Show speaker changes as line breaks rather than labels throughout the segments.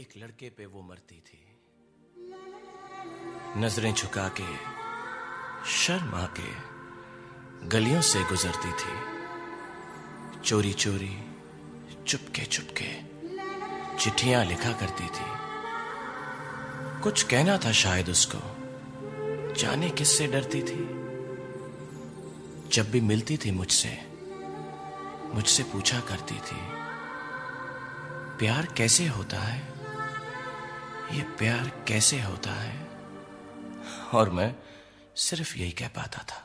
एक लड़के पे वो मरती थी नजरें झुका के शर्मा के गलियों से गुजरती थी चोरी चोरी चुपके चुपके चिट्ठियां लिखा करती थी कुछ कहना था शायद उसको जाने किससे डरती थी जब भी मिलती थी मुझसे मुझसे पूछा करती थी प्यार कैसे होता है ये प्यार कैसे होता है और मैं सिर्फ यही कह पाता था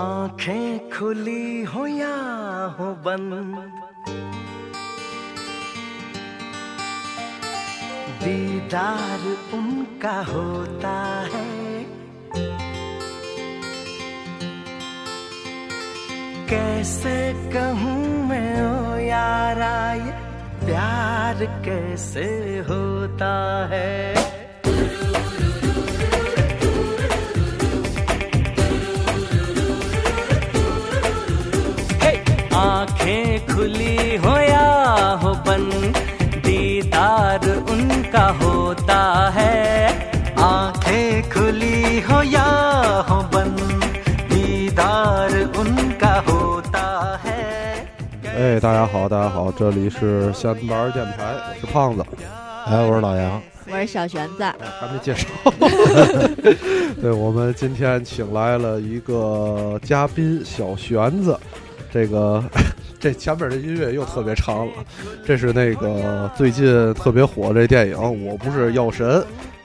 आंखें खुली हो या हो बंद दीदार उनका होता है कैसे कहूँ मैं ओ यारा ये प्यार कैसे होता है आंखें खुली हो या हो बंद दीदार उनका होता है आंखें खुली हो या हो बंद दीदार उनका होता है
哎，大家好，大家好，这里是闲玩儿电台，我是胖子。
哎，我是老杨，
我是小玄子，
哎，还没 介绍。对，我们今天请来了一个嘉宾小玄子，这个 这前面的音乐又特别长了。这是那个最近特别火这电影《我不是药神》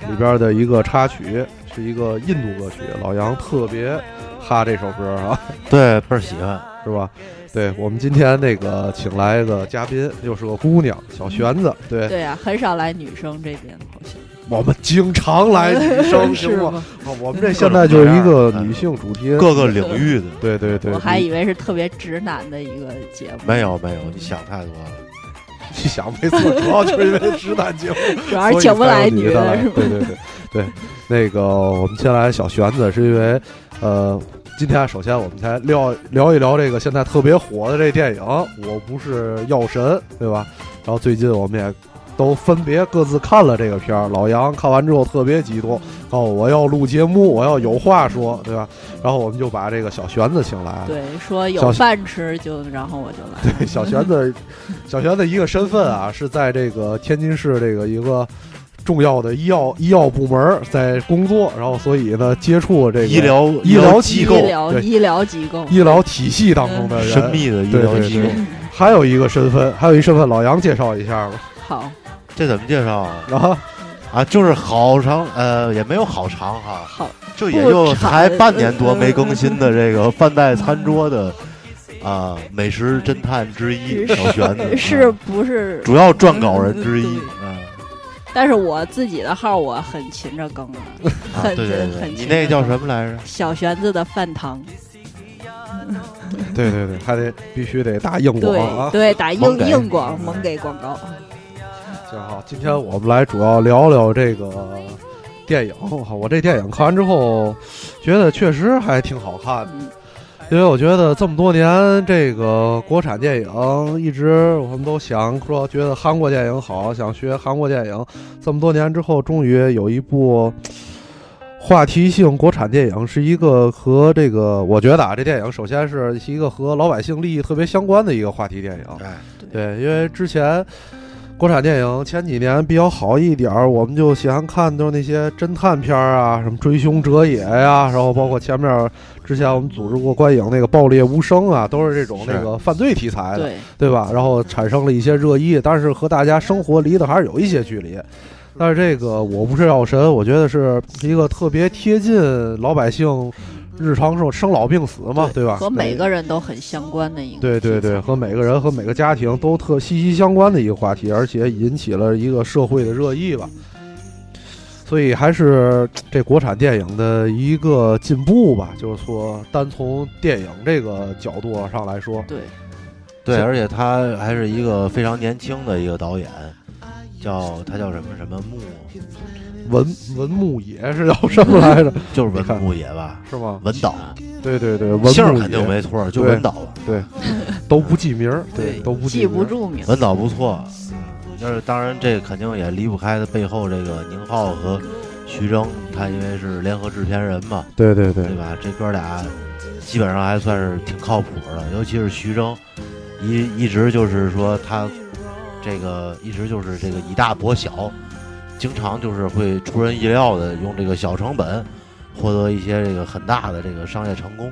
里边的一个插曲，是一个印度歌曲。老杨特别哈这首歌啊，
对，倍儿喜欢，
是吧？对我们今天那个请来一个嘉宾，又是个姑娘，小玄子。对
对啊，很少来女生这边，好像
我们经常来女生，行
是
吗？
吗？
啊，我们这现在就是一个女性主题，
哎各个领域的
对对对，
我还以为是特别直男的一个节目，
没有没有，你想太多了。
你想没错，主要就是因为直男节目，
主要是请不来女
的
是吗？
对对对对，那个我们先来小玄子，是因为呃，今天首先我们才聊聊一聊这个现在特别火的这电影《我不是药神》，对吧？然后最近我们也。都分别各自看了这个片儿，老杨看完之后特别激动，告诉我要录节目，我要有话说，对吧？然后我们就把这个小玄子请来了，
对，说有
啊小
饭吃就，然后我就 来。
小玄的，小玄的一个身份啊，是在这个天津市这个一个重要的医药医药部门儿在工作，然后所以呢接触这个
医疗
医疗
机
机
构
构
医疗
对
医疗机构，
医疗体系当中的人，
神秘的医
对
疗
对
机
对
构，，
还有一个身份，还有一身份，老杨介绍一下吧。
好，
这怎么介绍啊？
然后
啊，就是好长，呃，也没有好长哈，
好
就也就
不长
才半年多没更新的这个饭袋餐桌的啊美食侦探之一
是
小玄子，
呃是
嗯
不是？
主要撰稿人之一
对。
嗯，
但是我自己的号我很勤着更的，
啊
很
对对对，
很
你那个叫什么来着？
小玄子的饭堂，
对对对，还得必须得大硬广
对
啊。嗯
对，打
猛
硬
给
硬广猛给广告，
行好，今天我们来主要聊聊这个电影。我这电影看完之后，觉得确实还挺好看的。
嗯，
因为我觉得这么多年，这个国产电影一直我们都想说，觉得韩国电影好，想学韩国电影。这么多年之后，终于有一部话题性国产电影，是一个和这个，我觉得啊，这电影首先是一个和老百姓利益特别相关的一个话题电影。
哎，
对，因为之前国产电影前几年比较好一点儿，我们就喜欢看都是那些侦探片儿啊，什么追凶者也呀、然后包括前面儿之前我们组织过观影那个《爆裂无声》啊，都是这种
是
那个犯罪题材的，
对，
对
嗯
吧？然后产生了一些热议，但是和大家生活离得还是有一些距离。但是这个我不是药神，我觉得是一个特别贴近老百姓日常生生老病死嘛，对吧？
和每
对
个人都很相关的一个
对对
题材
对，和每个人和每个家庭都特息息相关的一个话题，而且引起了一个社会的热议吧。所以还是这国产电影的一个进步吧，就是说单从电影这个角度上来说，
对，
对，
是
而且他还是一个非常年轻的一个导演，叫他叫什么什么木，
文文牧野是叫什么来着？
就是
你看
文牧野吧，
是吗？
文导，
对对对，文
姓儿
牧
肯定
野
没错，就
对
文导吧。
都不记名儿，对，都不
记
名
不
儿。
住名，
文导不错，那当然，这肯定也离不开的背后这个宁浩和徐峥，他因为是联合制片人嘛，
对对对
对吧？这哥俩基本上还算是挺靠谱的，尤其是徐峥，一一直就是说他这个一直就是这个以大博小，经常就是会出人意料的用这个小成本获得一些这个很大的这个商业成功。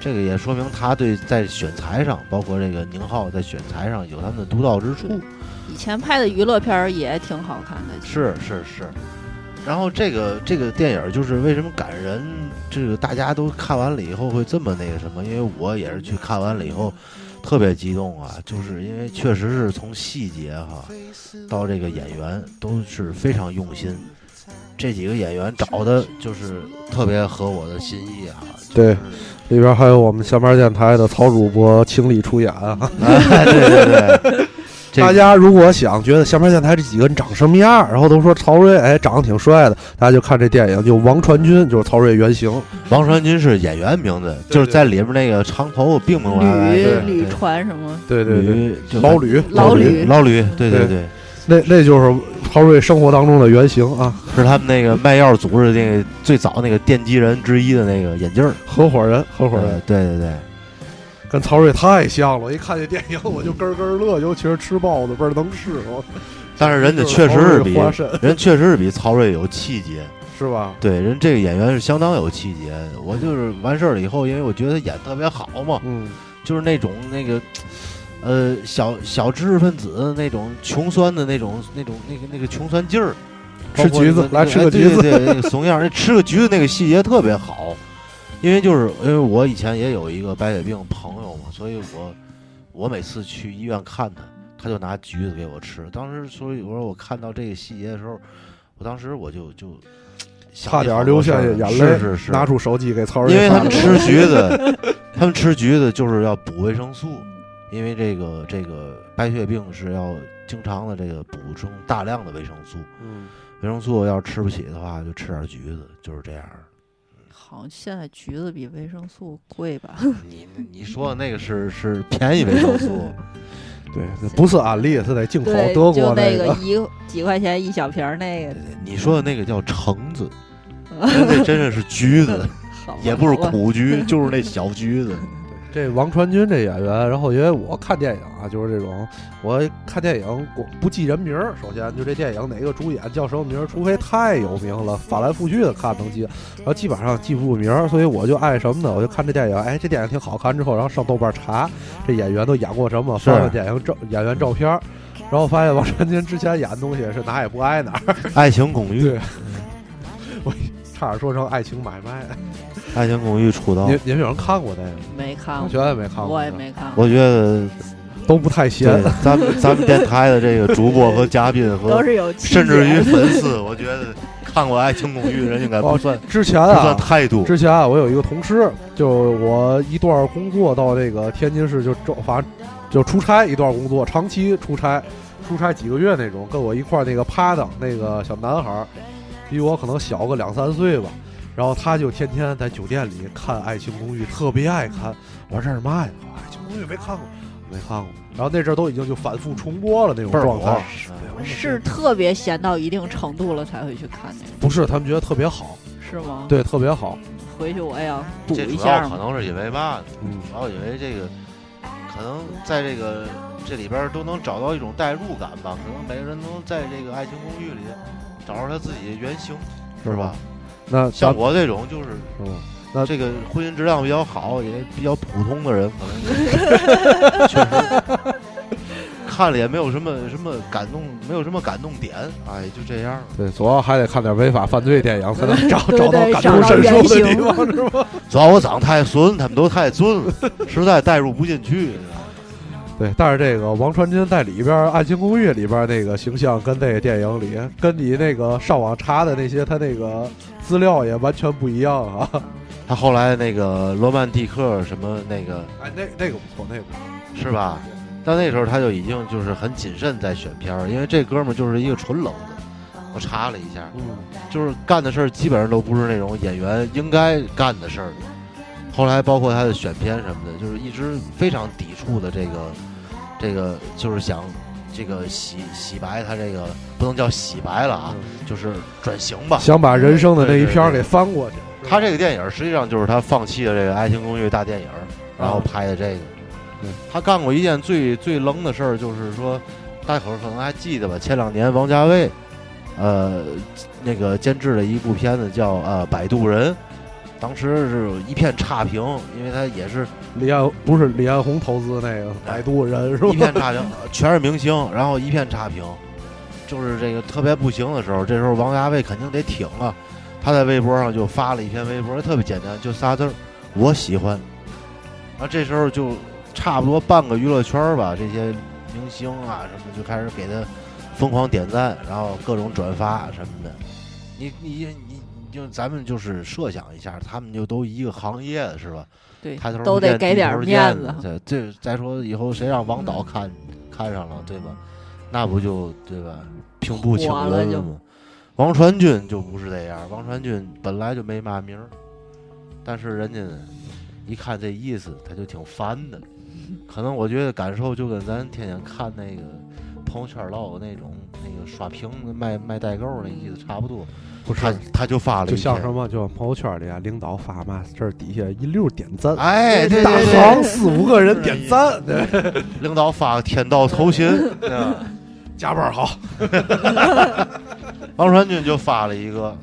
这个也说明他对在选材上，包括这个宁浩在选材上有他们的独到之处。
以前拍的娱乐片儿也挺好看的，其实
是是是。然后这个这个电影儿就是为什么感人，这个大家都看完了以后会这么那个什么？因为我也是去看完了以后特别激动啊，就是因为确实是从细节哈到这个演员都是非常用心，这几个演员找的就是特别合我的心意啊 哈、
对
就是
里边还有我们下班电台的曹主播倾力出演啊。
哎，对对对，这
大家如果想觉得下面电台这几个人长什么样儿，然后都说曹睿哎长得挺帅的，大家就看这电影，就王传君就是曹睿原型，
王传君是演员名字，就是在里边那个长头发并不来来
吕
哎对
吕
对
船什么，
对对对，
驴嗯就
老吕
老吕
老吕，对
对
对对，
那那就是曹睿生活当中的原型啊，
是他们那个卖药组织那个最早那个奠基人之一的那个眼镜儿，
合伙人合伙
呃
人，
对对对，
跟曹睿太像了，我一看这电影我就咯咯乐，尤其是吃包子倍儿能吃，我
但是人家确实是比
花神
人确实是比曹睿有气节，
是吧？
对人这个演员是相当有气节。我就是完事儿了以后，因为我觉得演特别好嘛，
嗯，
就是那种那个。呃，小小知识分子那种穷酸的那种、那种、那个、那个穷酸劲儿，
吃橘子
包括那个
来吃个
哎
橘子
对对对，那个怂样儿，那吃个橘子那个细节特别好，因为就是因为我以前也有一个白血病朋友嘛，所以我我每次去医院看他，他就拿橘子给我吃。当时所以我说我看到这个细节的时候，我当时我就就想
差
起
点
好多
流下
事儿
眼
了
泪，
是是是，
拿出手机给曹睿
因为他
发
们
了，
吃橘子，他们吃橘子就是要补维生素，因为这个这个白血病是要经常的这个补充大量的维生素，
嗯，
维生素要是吃不起的话，就吃点橘子，就是这样儿。
好像现在橘子比维生素贵吧？
你你说的那个是是便宜维生 素，
对，不是安利，是得进口
对，
德
就
国
那
个，
一几块钱一小瓶儿那个，
你说的那个叫橙子，那真的是橘 子，
好吧
也不是
好吧
苦橘，就是那小橘 子。
这王传君这演员，然后因为我看电影啊，就是这种，我看电影啊我不记人名儿，首先就这电影哪个主演叫什么名儿，除非太有名了，翻来覆去的看能记，然后基本上记不住名儿，所以我就爱什么呢？我就看这电影，哎，这电影挺好看，之后然后上豆瓣查这演员都演过什么，
是
翻翻电影照演员照片儿，然后发现王传君之前演的东西是哪也不挨哪儿，
爱情公寓
对，差点说成爱情买卖。
爱情公寓出道
您，您有人看过那个？
没看
我
过，
绝对没看过，
哦我也没看过，
我觉得
都不太闲
对。咱们咱们电台的这个主播和嘉宾和
都是有气
甚至于
节的
粉丝，我觉得看过《爱情公寓》的人应该不
哦
算、，
之前
不算
啊，
太多。
之前啊，我有一个同事，就我一段工作到这个天津市就周，反正就出差一段工作，长期出差，出差几个月那种，跟我一块儿那个趴档那个小男孩儿，比我可能小个两三岁吧。然后他就天天在酒店里看《爱情公寓》，特别爱看。我说这是嘛呀？哦爱情公寓》没看过，没看过。然后那阵儿都已经就反复重播了那种
倍儿
状态嗯
火，
是特别闲到一定程度了才会去看那
不是他们觉得特别好？
个，是吗？，
对，特别好。
回去我也要补
这
一
主
下
要可
嘛。
能是因为嘛呢？
嗯，
主要因为这个，可能在这个这里边儿都能找到一种代入感吧。可能每个人都在这个《爱情公寓》里找着他自己的原型，是吧？
那咱
像我这种就是
是吧？
这个婚姻质量比较好，也比较普通的人，可 能确实 看了也没有什么什么感动，没有什么感动点，哎，就这样。
对，主要还得看点违法犯罪电影，才能找
对
找到
对
感
找
同
到
身受
原
的地
型
方，是吧？
主要我长得太孙，他们都太尊了， 实在代入不进去。
对，但是这个王传君在里边《爱情公寓》里边那个形象，跟那个电影里，跟你那个上网查的那些他那个资料也完全不一样啊。
他后来那个罗曼蒂克什么那个
哎，那那个不错，那个不错。
是吧？但那时候他就已经就是很谨慎在选片儿，因为这哥们儿就是一个纯冷子。我查了一下，
嗯，
就是干的事儿基本上都不是那种演员应该干的事儿。后来包括他的选片什么的，就是一直非常抵触的这个，这个就是想这个洗洗白他这个不能叫洗白了啊，就是转型吧。
嗯想把人生的那一篇儿给翻过去。
他这个电影实际上就是他放弃了这个《爱情公寓》大电影，然后拍的这个
对。
他干过一件最最愣的事儿，就是说，大伙儿可能还记得吧？前两年王家卫，呃，那个监制了一部片子叫呃《摆渡人》，当时是有一片差评，因为他也是
李彦不是李彦宏投资那个摆渡人是
哎一片
吧？
差评，呃全是明星，然后一片差评，就是这个特别不行的时候，这时候王家卫肯定得挺了。他在微博上就发了一篇微博，特别简单，就仨字儿：我喜欢。然后这时候就差不多半个娱乐圈儿吧，这些明星啊什么就开始给他疯狂点赞，然后各种转发什么的。你你你你就咱们就是设想一下，他们就都一个行业的是吧？
对
抬头，
都得给点儿面
子
子。。嗯
对，这再说以后谁让王导看看上了，对吧？那不就对吧？平步青
火了
云
就
吗？王传君就不是这样，王传君本来就没嘛名儿，但是人家一看这意思，他就挺烦 的。可能我觉得感受就跟咱天天看那个朋友圈老有那种那个刷屏卖卖代购那意思差不多。
不
他他就发了一
就
篇，
像什么，就朋友圈里啊，领导发嘛，这儿底下一溜点赞，
哎，对
大
对对，
堂四五个人点赞，对，
领导发个天道 酬勤，对吧？
啊加班好，
王传君就发了一个，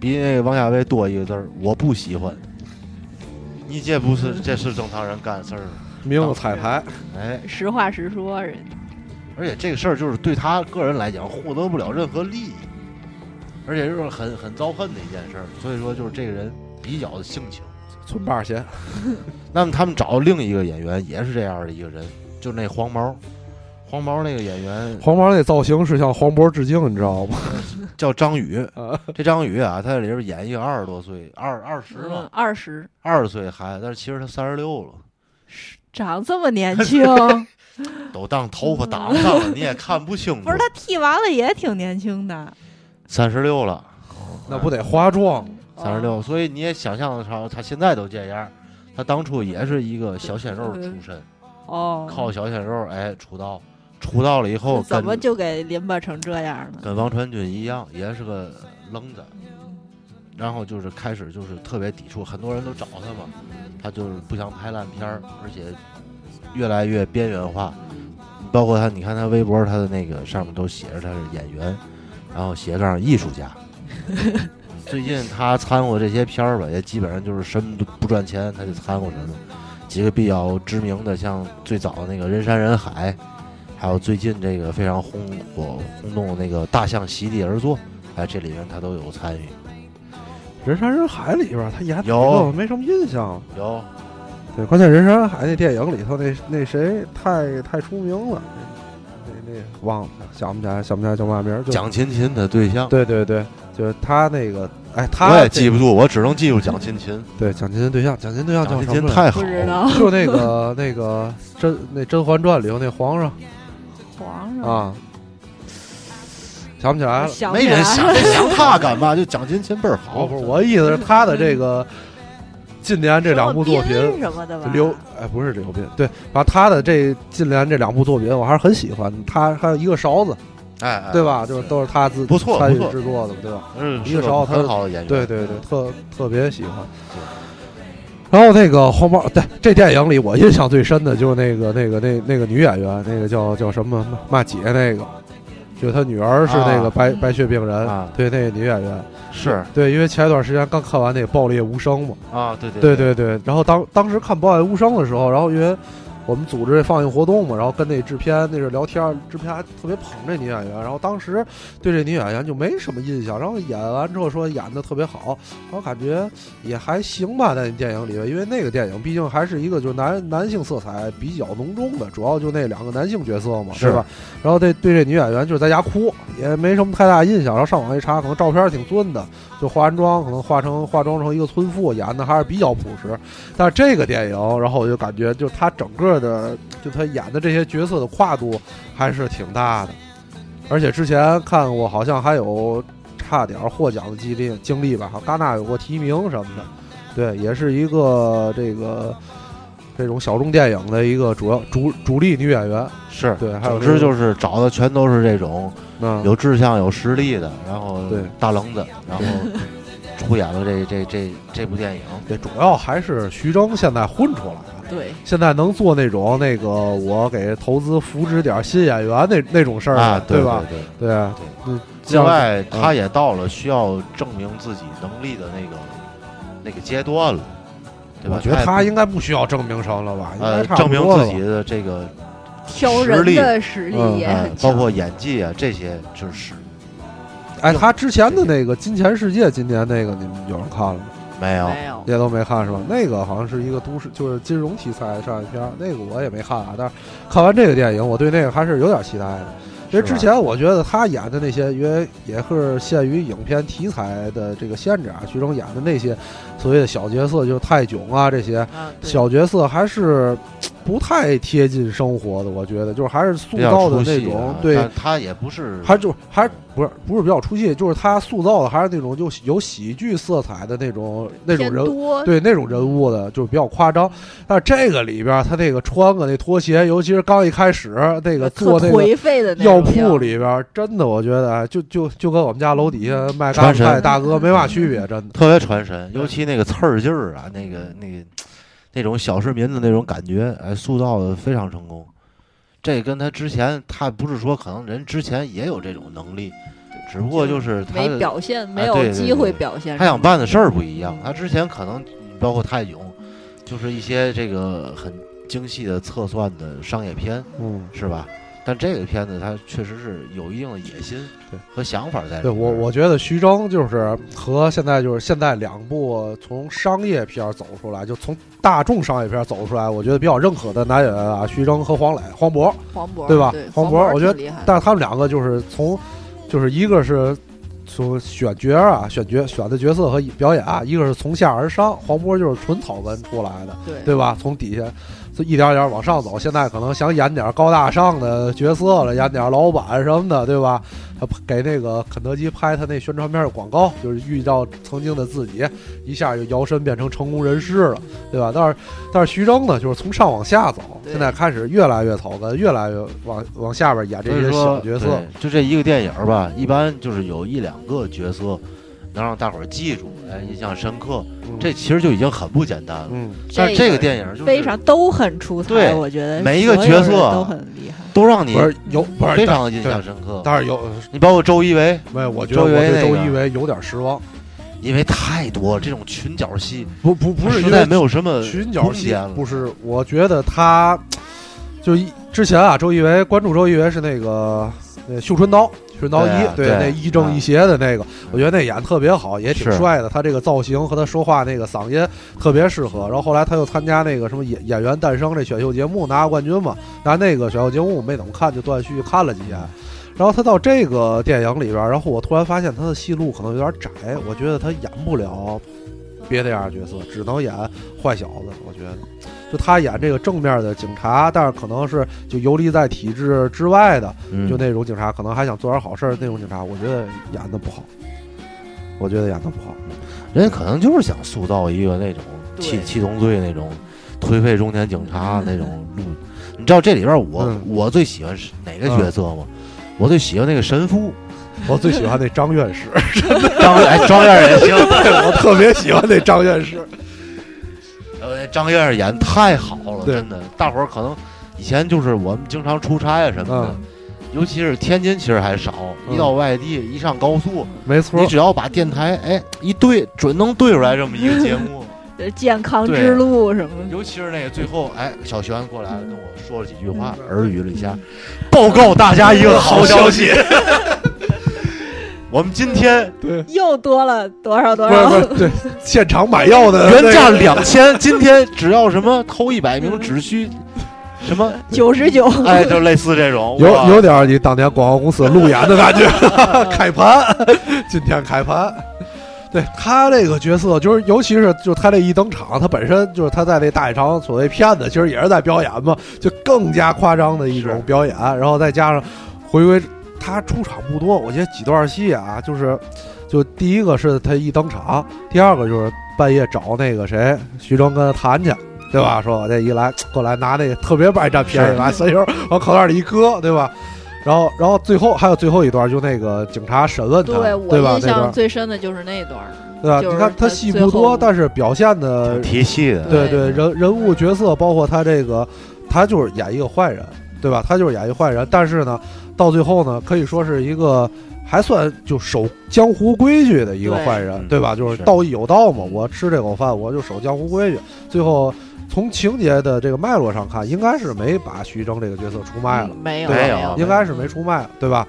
比那个王家卫多一个字儿，我不喜欢。你这不
嗯
是这是正常人干事儿吗？
名字彩排，
哎，
实话实说，人
而且这个事儿就是对他个人来讲获得不了任何利益，而且就是很很遭恨的一件事儿。所以说，就是这个人比较的性情。
存八钱，
那么他们找另一个演员也是这样的一个人，就那黄毛，黄毛那个演员
黄毛那造型是向黄渤致敬，你知道吗？
叫张宇
啊，
这张宇啊，他在里边演一个二十多岁，二二十
嗯
了，
二十
二十岁的孩子，但是其实他三十六了。
长这么 年轻，
都当头发挡上了，你也看不清楚
嗯不是。他剃完了也挺年轻的，
三十六了，
那不得化妆？
三十
哦
六，所以你也想象得着他现在都这样。他当初也是一个小鲜肉出身，
哦，
靠小鲜肉哎出道，出道了以后
怎
跟
么就给淋巴成这样了？
跟王传君一样，也是个愣子。然后就是开始就是特别抵触，很多人都找他嘛，他就是不想拍烂片儿，而且越来越边缘化。包括他，你看他微博，他的那个上面都写着他是演员，然后斜杠艺术家。 最近他掺和这些片儿吧，也基本上就是什么都不赚钱，他就掺和什么。几个比较知名的，像最早的那个《人山人海》，还有最近这个非常轰火轰动的那个《大象席地而坐》，哎，这里面他都有参与。
人山人海里边儿他演哪个
有
我没什么印象。
有
对，关键人山人海那电影里头那那谁太太出名了，那那那忘了想不起来想不起来叫嘛名儿。就
蒋勤勤的对象，
对对对，就是他那个哎，他
我也
这
记不住，我只能记住蒋勤勤。
对蒋勤勤对象，蒋勤勤对象
蒋
叫什
勤勤
么来着？
太好
不知
了，
道
就那个 那个甄那《甄嬛传》里头那皇上
皇上，
啊，想不起来
嗯我
了。
想不
啊没
起
人
来
想
了
想他干嘛？就蒋勤勤倍儿好，
哦，不是我意思是他的这个近年这两部作品
什么斌什么的吧，
刘哎不是刘斌，对，然后他的这近年这两部作品我还是很喜欢。他还有一个勺子，
哎，哎
对？吧？就是都是他自
不错
参与
不错
制作的，对吧？
嗯，
一
是
个勺子他
很好的演员，
对对对，特特别喜欢。然后那个黄毛，对这电影里我印象最深的就是那个那个那那个女演员，那个叫叫什么嘛嘛姐那个，就是她女儿是那个
啊
白、白血病人，
啊
对那个女演员，
是
对，因为前一段时间刚看完那个《爆裂无声》嘛，
啊，对对
对
对
对对，然后当当时看《爆裂无声》的时候，然后因为我们组织这放映活动嘛，然后跟那制片那是聊天，制片还特别捧这女演员，然后当时对这女演员就没什么印象，然后演完之后说演的特别好，然后感觉也还行吧，在电影里边，因为那个电影毕竟还是一个就是男男性色彩比较浓重的，主要就那两个男性角色嘛，
是
对吧？然后对对这女演员就是在家哭，也没什么太大印象，然后上网一查，可能照片挺尊的，就化完妆可能化成化妆成一个村妇，演的还是比较朴实。但是这个电影，然后我就感觉就她整个的就她演的这些角色的跨度还是挺大的，而且之前看过好像还有差点获奖的经历经历吧，好像戛纳有过提名什么的，对，也是一个这个这种小众电影的一个主要主主力女演员。
是
对还有
总
这
之
个嗯
就是找的全都是这种
那
有志向、有实力的，然后
对
大棱子，然后出演了这这这这部电影。
这主要还是徐峥现在混出来了。
对，
现在能做那种那个我给投资扶植点新演员那那种事儿
啊，
对
对
吧？？
对
对，嗯，
另外，
嗯
他也到了需要证明自己能力的那个那个阶段了，对吧？
我觉得
他
他
也
应该不需要证明什么了吧？应
不
该
呃
差
证
不
明
多了
自己的这个
挑
实
人
力
的实力 也
呃
很，强，
包括演技啊这些，就是
哎，他之前的那个《金钱世界》，今年那个你们有人看了吗？
没有。
没有
也都没看是吧？那个好像是一个都市，就是金融题材的商业片儿，那个我也没看啊。但是看完这个电影，我对那个还是有点期待的。因为
是吧
之前我觉得他演的那些，因为也是限于影片题材的这个限制啊，徐峥演的那些所谓的小角色，就是泰囧啊这些
啊，对
小角色，还是嘖不太贴近生活的。我觉得就是还是塑
比较
造的
出
那
戏
种
啊，
对
但他也不是，
还就是还是不是不是比较出戏，就是他塑造的还是那种就有喜剧色彩的那种那种
偏
人物，
多
对那种人物的就是比较夸张。但是这个里边儿他那个穿个那拖鞋，尤其是刚一开始那个
呃特
坐那个
颓废的那
药
种
铺里边儿，真的我觉得哎，就就就跟我们家楼底下卖
传
咖
神
啡大哥没嘛区别，真的。
特别传神，尤其那个刺儿劲儿啊，那个那个那种小市民的那种感觉，哎，塑造的非常成功。这跟他之前，他不是说可能人之前也有这种能力，只不过就是他
没
的哎
表现，没
对
有
对
机
对
会
对
表现。
他想办的事儿不一样。他之前可能包括泰囧，就是一些这个很精细的测算的商业片，
嗯，
是吧？但这个片子他确实是有一定的野心
对
和想法在里
对
边
我
儿。
我觉得徐峥就是和现在就是现在两部从商业片儿走出来，就从大众商业片儿走出来，我觉得比较认可的男演员啊，徐峥和黄磊、黄渤。
黄渤
对吧黄
黄
渤
渤
我觉
挺
得
厉害的，
但是他们两个就是从，就是一个是从选角儿啊，选角选的角色和表演啊，一个是从下而上，黄渤就是纯草根出来的，
对
对吧？从底下就一点儿一点儿往上走，现在可能想演点儿高大上的角色了，演点儿老板什么的，对吧？他给那个肯德基拍他那宣传片的广告，就是遇到曾经的自己，一下就摇身变成成功人士了，对吧？但是但是徐峥呢，就是从上往下走，
对
现在开始越来越草根，越来越往往下边演这
所以
些
说
小角色。
对就这一个电影儿吧，一般就是有一两个角色能让大伙儿记住，哎，印象深刻。
嗯
这其实就已经很不简单了。
嗯，
但是这个
电
电影就是
非常都很出彩，
对
我觉得
每一个
所有
角
人
色
都很厉害。
都让你
不是有不是
非常的印象
对
深刻。
但是有
你包括周一围，
没有？我觉得
周
我
一围那
对
个
周一围有点失望，
因为太多这种群角戏，
不不不是
实
因
在
为
没有什么
群角
空
戏
间了，
不是，我觉得他就一之前啊，周一围关注周一围是那个那绣春刀，绣春刀
对
一
啊，对
那一正一邪的那个，我觉得那演得特别好，也挺
是
帅的，他这个造型和他说话那个嗓音特别适合。然后后来他又参加那个什么演演员诞生这选秀节目拿冠军嘛，拿那个选秀节目我没怎么看，就断续看了几眼。然后他到这个电影里边儿，然后我突然发现他的戏路可能有点窄，我觉得他演不了别的样的角色，只能演坏小子。我觉得，就他演这个正面的警察，但是可能是就游离在体制之外的，
嗯
就那种警察，可能还想做点好事儿那种警察，我觉得演的不好，我觉得演的不好。
人可能就是想塑造一个那种七
对
七宗罪那种颓废中年警察那种路。你知道这里边我、
嗯
我最喜欢是哪个角色吗？我最喜欢那个 神父，
我最喜欢那张院士，
张哎张院也行，
我特别喜欢那张院士。
呃，张院士演得太好了，
对
真的，大伙儿可能以前就是我们经常出差啊什么的，
嗯
尤其是天津其实还少，
嗯
一到外地一上高速，
没错
你，只要把电台哎一对，准能对出来这么一个节目。
就是健康
对
之路什么的，
尤其是那个最后，哎，小璇过来跟我说了几句话，
嗯
耳语了一下，报告大家一个好 消息，我们今天
对，
又多了多少多
不是
少
不，是对，现场买药的
原价
那个
两千，今天只要什么头一百名只需什么，
九十九，
哎，就类似这种，
有
哇
有点儿你当年广告公司路演的感 觉，开盘， 今天开盘。对他这个角色，就是尤其是就是他这一登场，他本身就是他在那大剧场所谓骗子，其实也是在表演嘛，就更加夸张的一种
是
表演。然后再加上回归他出场不多，我觉得几段戏啊，就是就第一个是他一登场，第二个就是半夜找那个谁徐峥跟他谈去，对吧？说我这一来过来拿那个特别爱占哎便 宜，拿三油往口袋里一搁，对吧？然后，然后最后还有最后一段，就那个警察审问他，
我
啊对吧？
印
那段
象最深的就是那段儿，
对吧？
就
你
是
看
他
戏
最
不多，
后
但是表现的
提戏的，
对对，
对
人人物角色包括他这个，他就是演一个坏人，对吧？他就是演一个坏人，但是呢，到最后呢，可以说是一个还算就守江湖规矩的一个
对
坏人，
嗯
对吧？就是
是
道义有道嘛，我吃这口饭，我就守江湖规矩。最后从情节的这个脉络上看，应该是没把徐峥这个角色出卖了。啊
嗯没有
对
没
啊没嗯有
有，
应该是没出卖，对吧？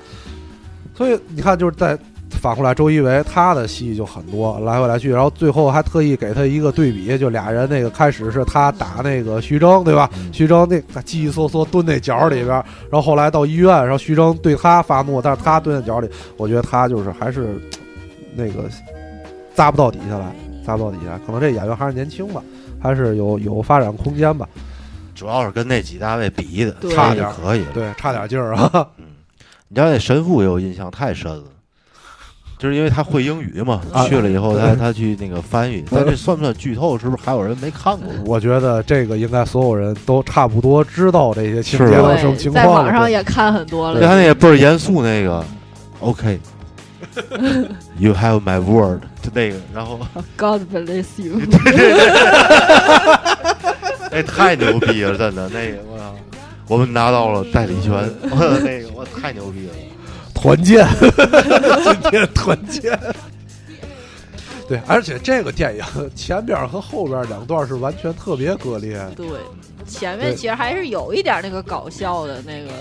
所以你看，就是在反过来，周一围他的戏就很多，来回来去，然后最后还特意给他一个对比，就俩人那个开始是他打那个徐峥，对吧？
嗯
徐峥那他叽叽嗦嗦蹲那角里边，然后后来到医院，然后徐峥对他发怒，但是他蹲在角里，我觉得他就是还是嘖那个扎不到底下来，扎不到底下来，可能这演员还是年轻吧，还是有有发展空间吧，
主要是跟那几大位比的，
对
差就可以了。
对，差点劲儿啊，
你知道那神父给我印象太深了，就是因为他会英语嘛，
啊嗯
去了以后
对
他他去那个翻译，但这算不算剧透？是不是还有人没看过？
我觉得这个应该所有人都差不多知道这些情节
是吧啊
的
对
什么情
在
况
网
了。
上也看很多
对他
了，
那个倍儿严肃那个，OK。You have my word，就那个，然后
God bless you，
那哎太牛逼了，真的那个，我操，我们拿到了代理权， 我操那个我太牛逼了。
团建， 今天团建。对，而且这个电影前边和后边两段是完全特别割裂，
对，前
对
面其实还是有一点那个搞笑的那个，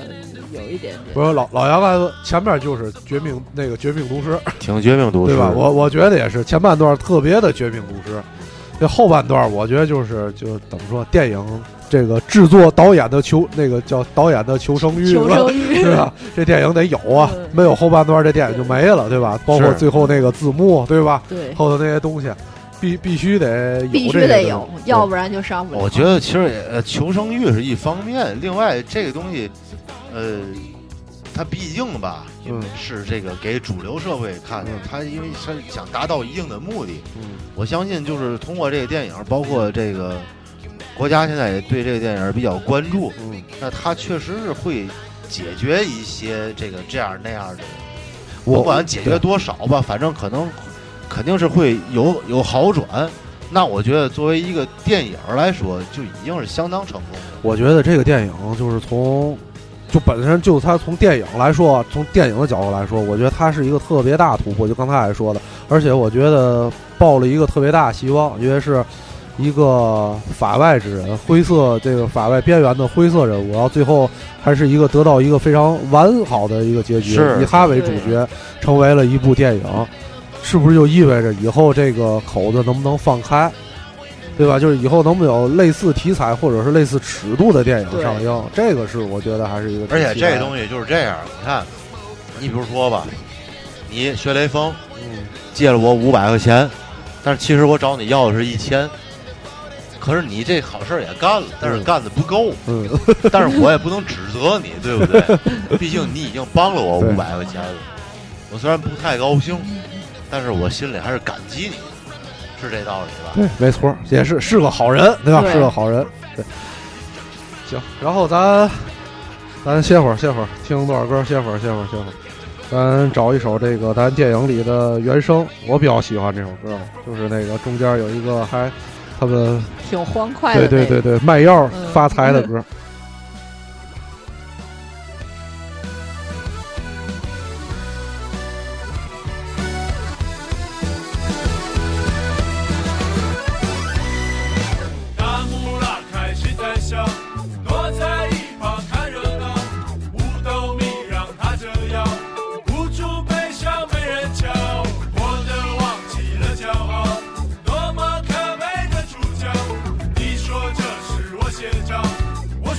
有一点
不
点，
是老老杨来说，前面就是绝命那个绝命毒师，
挺绝命毒师
对吧？我我觉得也是，前半段特别的绝命毒师，这后半段我觉得就是就怎么说，电影这个制作导演的求那个叫导演的求生欲，
求生 欲
对吧？这电影得有啊
嗯，
没有后半段这电影就没了，对吧？包括
是
最后那个字幕，对吧？
对，
后头那些东西，必必须得有
必须
这些
得
东
有
西，
要不然就上不了。
我觉得其实也呃求生欲是一方面，另外这个东西，呃，它毕竟吧，
嗯
是这个给主流社会看的
嗯，
它因为它想达到一定的目的，
嗯
我相信就是通过这个电影，包括这个国家现在也对这个电影比较关注，
嗯
那它确实是会解决一些这个这样那样的，
我
不管解决多少吧，反正可能肯定是会有有好转。那我觉得作为一个电影来说，就已经是相当成功了。
我觉得这个电影就是从，就本身就它从电影来说，从电影的角度来说，我觉得它是一个特别大的突破。就刚才也说的，而且我觉得抱了一个特别大的希望，因为是一个法外之人，灰色这个法外边缘的灰色人物，然后最后还是一个得到一个非常完好的一个结局
是，
以他为主角，成为了一部电影，是不是就意味着以后这个口子能不能放开？对吧？就是以后能不能有类似题材或者是类似尺度的电影
对
上映？这个是我觉得还是一个挺
而且
期待
这
的。
个东西就是这样，你看，你比如说吧，你学雷锋
嗯，
借了我五百块钱，但是其实我找你要的是一千，可是你这好事儿也干了，但是干的不 够，
嗯，
但是我也不能指责你，对不 对？毕竟你已经帮了我
对
五百块钱了，我虽然不太高兴，但是我心里还是感激你，是这道理吧？
对，嗯 没错，也是是个好人，对吧？
对
是个好人，对。行，然后咱咱歇会儿，歇会儿，听段歌，歇会儿，歇会儿，歇会儿。咱找一首这个咱电影里的原声，我比较喜欢这首歌，就是那个中间有一个还他们
挺欢快的
对
那个，
对对对卖药
嗯
发财的歌。
大木拉开始在笑，躲在一旁看热闹。五斗米让他折腰，无处悲伤没人瞧。活得忘记了骄傲，多么可悲的主角！你说这是我写照，我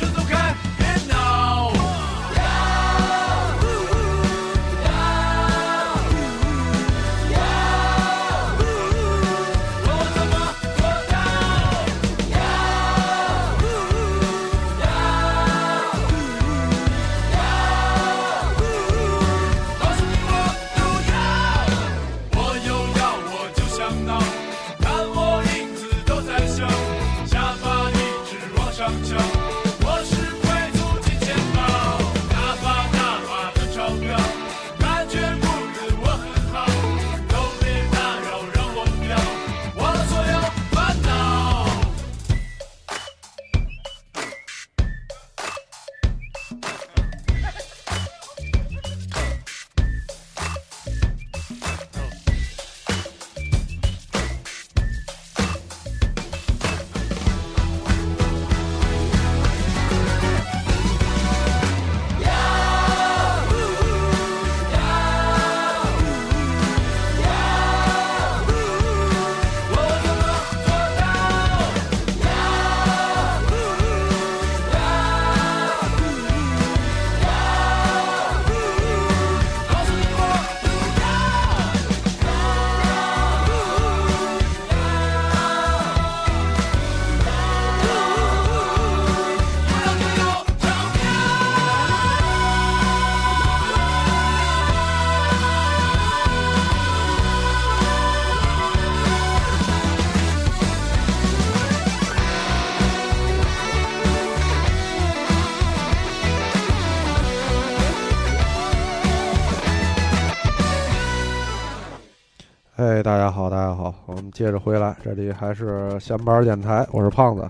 哎，大家好，大家好，我们接着回来，这里还是闲班儿电台，我是胖子，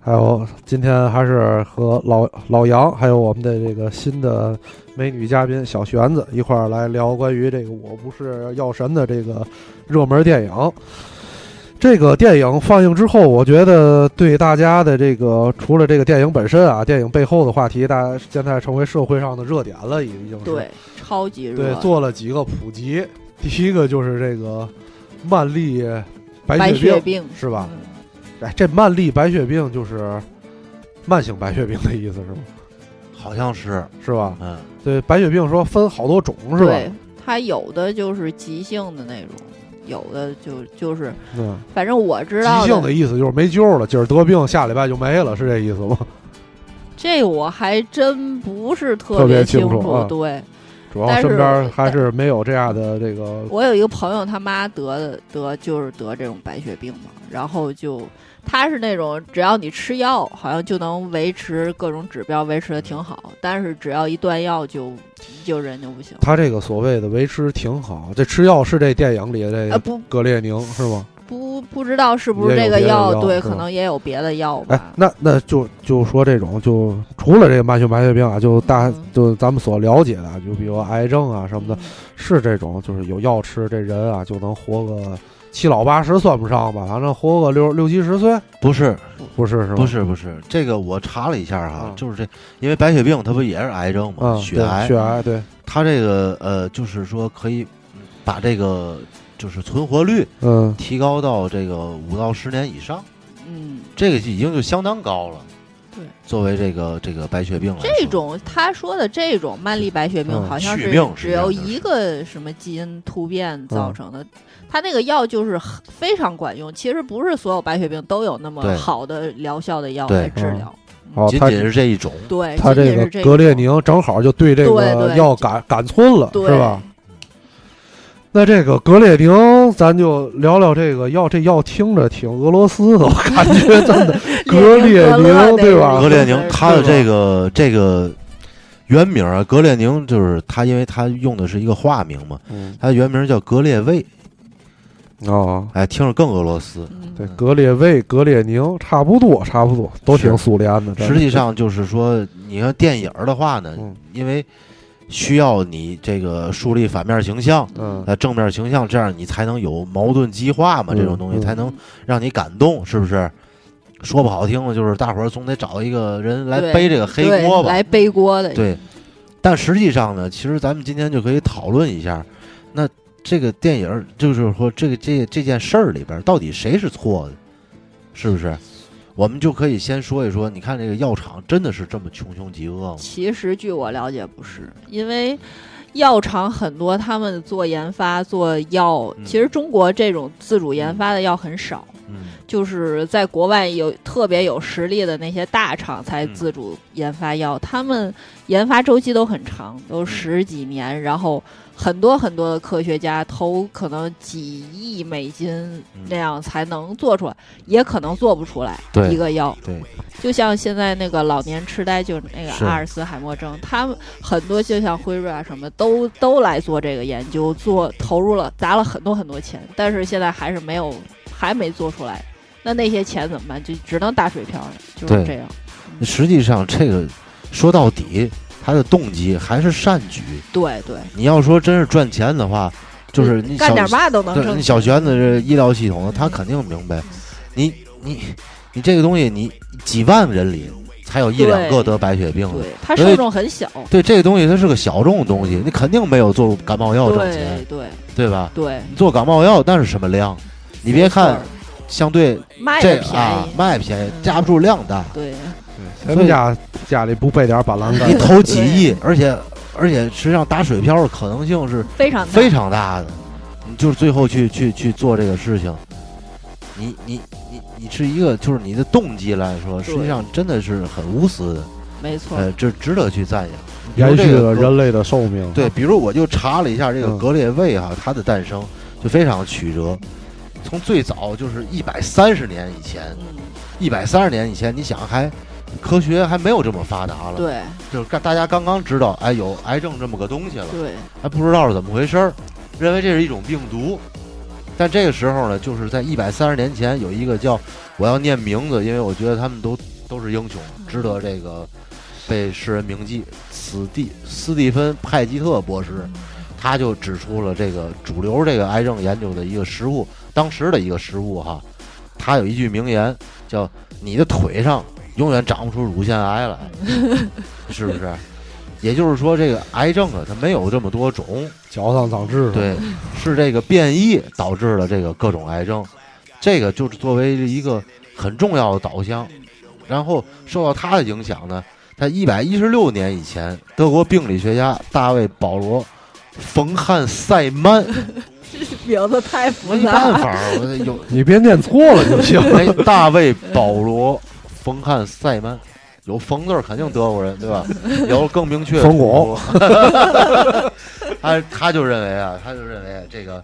还有今天还是和老老杨，还有我们的这个新的美女嘉宾小玄子一块儿来聊关于这个《我不是药神》的这个热门电影。这个电影放映之后，我觉得对大家的这个除了这个电影本身啊，电影背后的话题，大家现在成为社会上的热点了，已经是。
对，超级热，
对，做了几个普及。第一个就是这个慢粒白
白
血
血
病，
病
是吧？
嗯
哎，这慢粒白血病就是慢性白血病的意思是吗？
好像是，
是吧？
嗯，
对，白血病说分好多种是吧？
对，它有的就是急性的那种，有的就就是，
嗯，
反正我知道
急性的意思就是没救了，今儿得病，下礼拜就没了，是这意思吗？
这我还真不是
特
特
别
清
清楚啊
对
主要
但是
身边还是没有这样的这个，
我有一个朋友，他妈得的得就是得这种白血病嘛，然后就他是那种只要你吃药，好像就能维持各种指标，维持的挺好，但是只要一断药就就人就不行。
他这个所谓的维持挺好。这吃药是这电影里的
啊
这
不
格列宁是吗？
不不知道是不是
也有
这个
别的药
对，
是吧
可能也有别的药
哎
吧，。
那那就就说这种，就除了这个慢性白血病啊，就大
嗯
就咱们所了解的啊，就比如癌症啊什么的，
嗯
是这种，就是有药吃，这人啊就能活个七老八十算不上吧，反正活个六六七十
嗯
岁，
不是，
不是是吧？
不是，不是，这个我查了一下哈，
嗯
就是这，因为白血病它不也是癌症吗？
嗯，
血
对
癌，
血癌，对，
它这个呃，就是说可以把这个就是存活率
嗯，
提高到这个五到十年以上，
嗯，
这个已经就相当高了。
对，
作为这个这个白血病来说
这种他说的这种慢粒白血病，
嗯
好像
续
是
命实
只
际上
有
就是嗯
一个什么基因突变造成的。他那个药就是很非常管用，其实不是所有白血病都有那么
对
好的疗效的药
对嗯
来治疗。
哦，
仅
他
仅是这一种，
对，
他
仅仅
这个
是这
格列
种
宁正好就对这
对
个
对
药赶赶寸了，
对
是吧？？那这个格列宁，咱就聊聊这个药，这药听着挺俄罗斯的，我感觉真的格列
格勒
宁
那
对吧？
种
格列宁
啊对
他的这个这个原名啊，格列宁就是他，因为他用的是一个化名嘛，
嗯
他的原名叫格列卫，
哦，
哎，听着更俄罗斯。
嗯
对，格列卫、格列宁差不多，差不多都挺
是
苏联的。真的
实际上就是说，你看电影儿的话呢
嗯，
因为需要你这个树立反面形象。
嗯，
呃，正面形象，这样你才能有矛盾激化嘛，
嗯
这种东西
嗯
才能让你感动，是不是？说不好听的，就是大伙儿总得找一个人来
对
背这个黑
对
锅吧，
来背锅的，
对，但实际上呢，其实咱们今天就可以讨论一下，那这个电影儿就是说这个这这件事儿里边儿到底谁是错的，是不是？我们就可以先说一说，你看这个药厂真的是这么穷凶极恶吗？
其实据我了解，不是，因为药厂很多，他们做研发做药，
嗯
其实中国这种自主研发的药很少，
嗯，
就是在国外有特别有实力的那些大厂才自主研发药，他们研发周期都很长，都十几年，然后很多很多的科学家投可能几亿美金那样才能做出来，也可能做不出来
对
一个药。
对，
就像现在那个老年痴呆，就是那
是
个阿尔茨海默症，他们很多就像辉瑞啊什么，都都来做这个研究，做投入了砸了很多很多钱，但是现在还是没有，还没做出来。那那些钱怎么办？就只能打水漂了，就是
对
这样。
实际上这个说到底，他的动机还是善举。
对对，
你要说真是赚钱的话，就是你
干
小
点嘛都能
对，
挣
你
钱。
小玄子这医疗系统，他肯定明白。你你你这个东西，你几万人里才有一两个得白血病的。
对，他
嗯所以
受众很小。
对，这个东西它是个小众的东西，你肯定没有做感冒药挣钱
对，对
对吧？
对，
你做感冒药那是什么量？你别看相对
卖的
这
便
啊
宜，
卖便宜，
嗯
架不住量大，
对
咱们家家里不备点板蓝根
你，投几亿，而且而且实际上打水漂的可能性是
非常大
非常大的，你就是最后去去去做这个事情，你你你你是一个就是你的动机来说，
对嗯
实际上真的是很无私的，
没错。
呃，这值得去赞扬。比如
延续
这
了
个格
人类的寿命。
对，比如我就查了一下这个
嗯
格列卫哈，它的诞生就非常曲折，从最早就是一百三十年以前，
嗯，
一百三十年以前，你想还科学还没有这么发达了，
对
就是刚大家刚刚知道哎有癌症这么个东西了，
对
还不知道是怎么回事儿，认为这是一种病毒，但这个时候呢，就是在一百三十年前，有一个叫我要念名字，因为我觉得他们都都是英雄，值得这个被世人铭记。此地斯蒂芬派基特博士，他就指出了这个主流这个癌症研究的一个失误，当时的一个失误哈。他有一句名言叫“你的腿上永远长不出乳腺癌来”，是不是？也就是说，这个癌症啊，它没有这么多种，
脚上长痣，，
对，是这个变异导致了这个各种癌症，这个就是作为一个很重要的导向。然后受到它的影响呢，在一百一十六年以前，德国病理学家大卫·保罗·冯汉塞曼，
名字太复
没
杂
办
了。
法儿，我这有
你别念错了就行。
哎，大卫·保罗·冯汉塞曼，有冯字儿肯定德国人 对吧？有更明确的
冯巩
出处， 他他就认为啊，他就认为这个，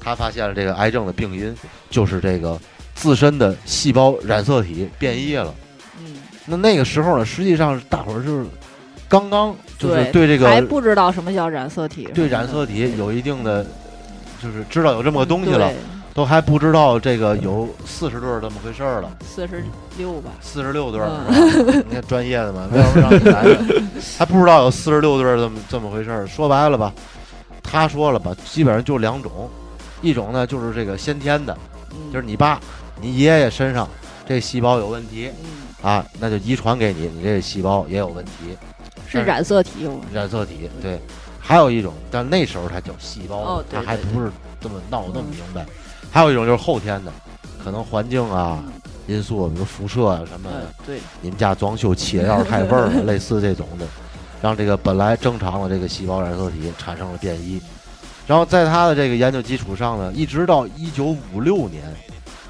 他发现了这个癌症的病因就是这个自身的细胞染色体变异了。
嗯，
那那个时候呢，实际上大伙儿就是刚刚就是对
对
这
还
个
不知道什么叫染色体，
对染色体有一定的，就是知道有这么个东西了
对，，
都还不知道这个有四十对儿这么回事儿了。
四十六吧。
四十六对儿
嗯，
是吧？人家专业的嘛，为什么让你来的？还不知道有四十六对儿这么这么回事儿。说白了吧，他说了吧，基本上就两种，一种呢就是这个先天的，
嗯
就是你爸、你爷爷身上这细胞有问题
嗯，
啊，那就遗传给你，你这细胞也有问题，
是染色体，我
染色体对。还有一种，但那时候它叫细胞，
哦对
它还
对对
不是这么闹那么
嗯
明白。还有一种就是后天的，可能环境啊、
嗯
因素，比如辐射啊什么的。
嗯，对，
你们家装修漆的要是太味儿了， 类似这种的，让这个本来正常的这个细胞染色体产生了变异。然后在他的这个研究基础上呢，一直到一九五六年，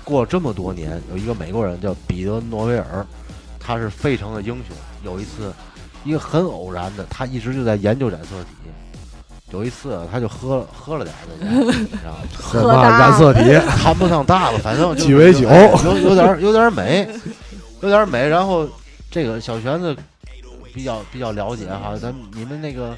过了这么多年，有一个美国人叫彼得·诺维尔，他是费城的英雄。有一次，一个很偶然的，他一直就在研究染色体。有一次啊，他就喝了喝了点儿，在家，你知道吗？
什
喝
么
大
染色体？
谈不上大吧，反 正就是
鸡尾酒
哎有有点儿有点儿美，有点儿美。然后这个小玄子比较比较了解哈，咱们你们那个，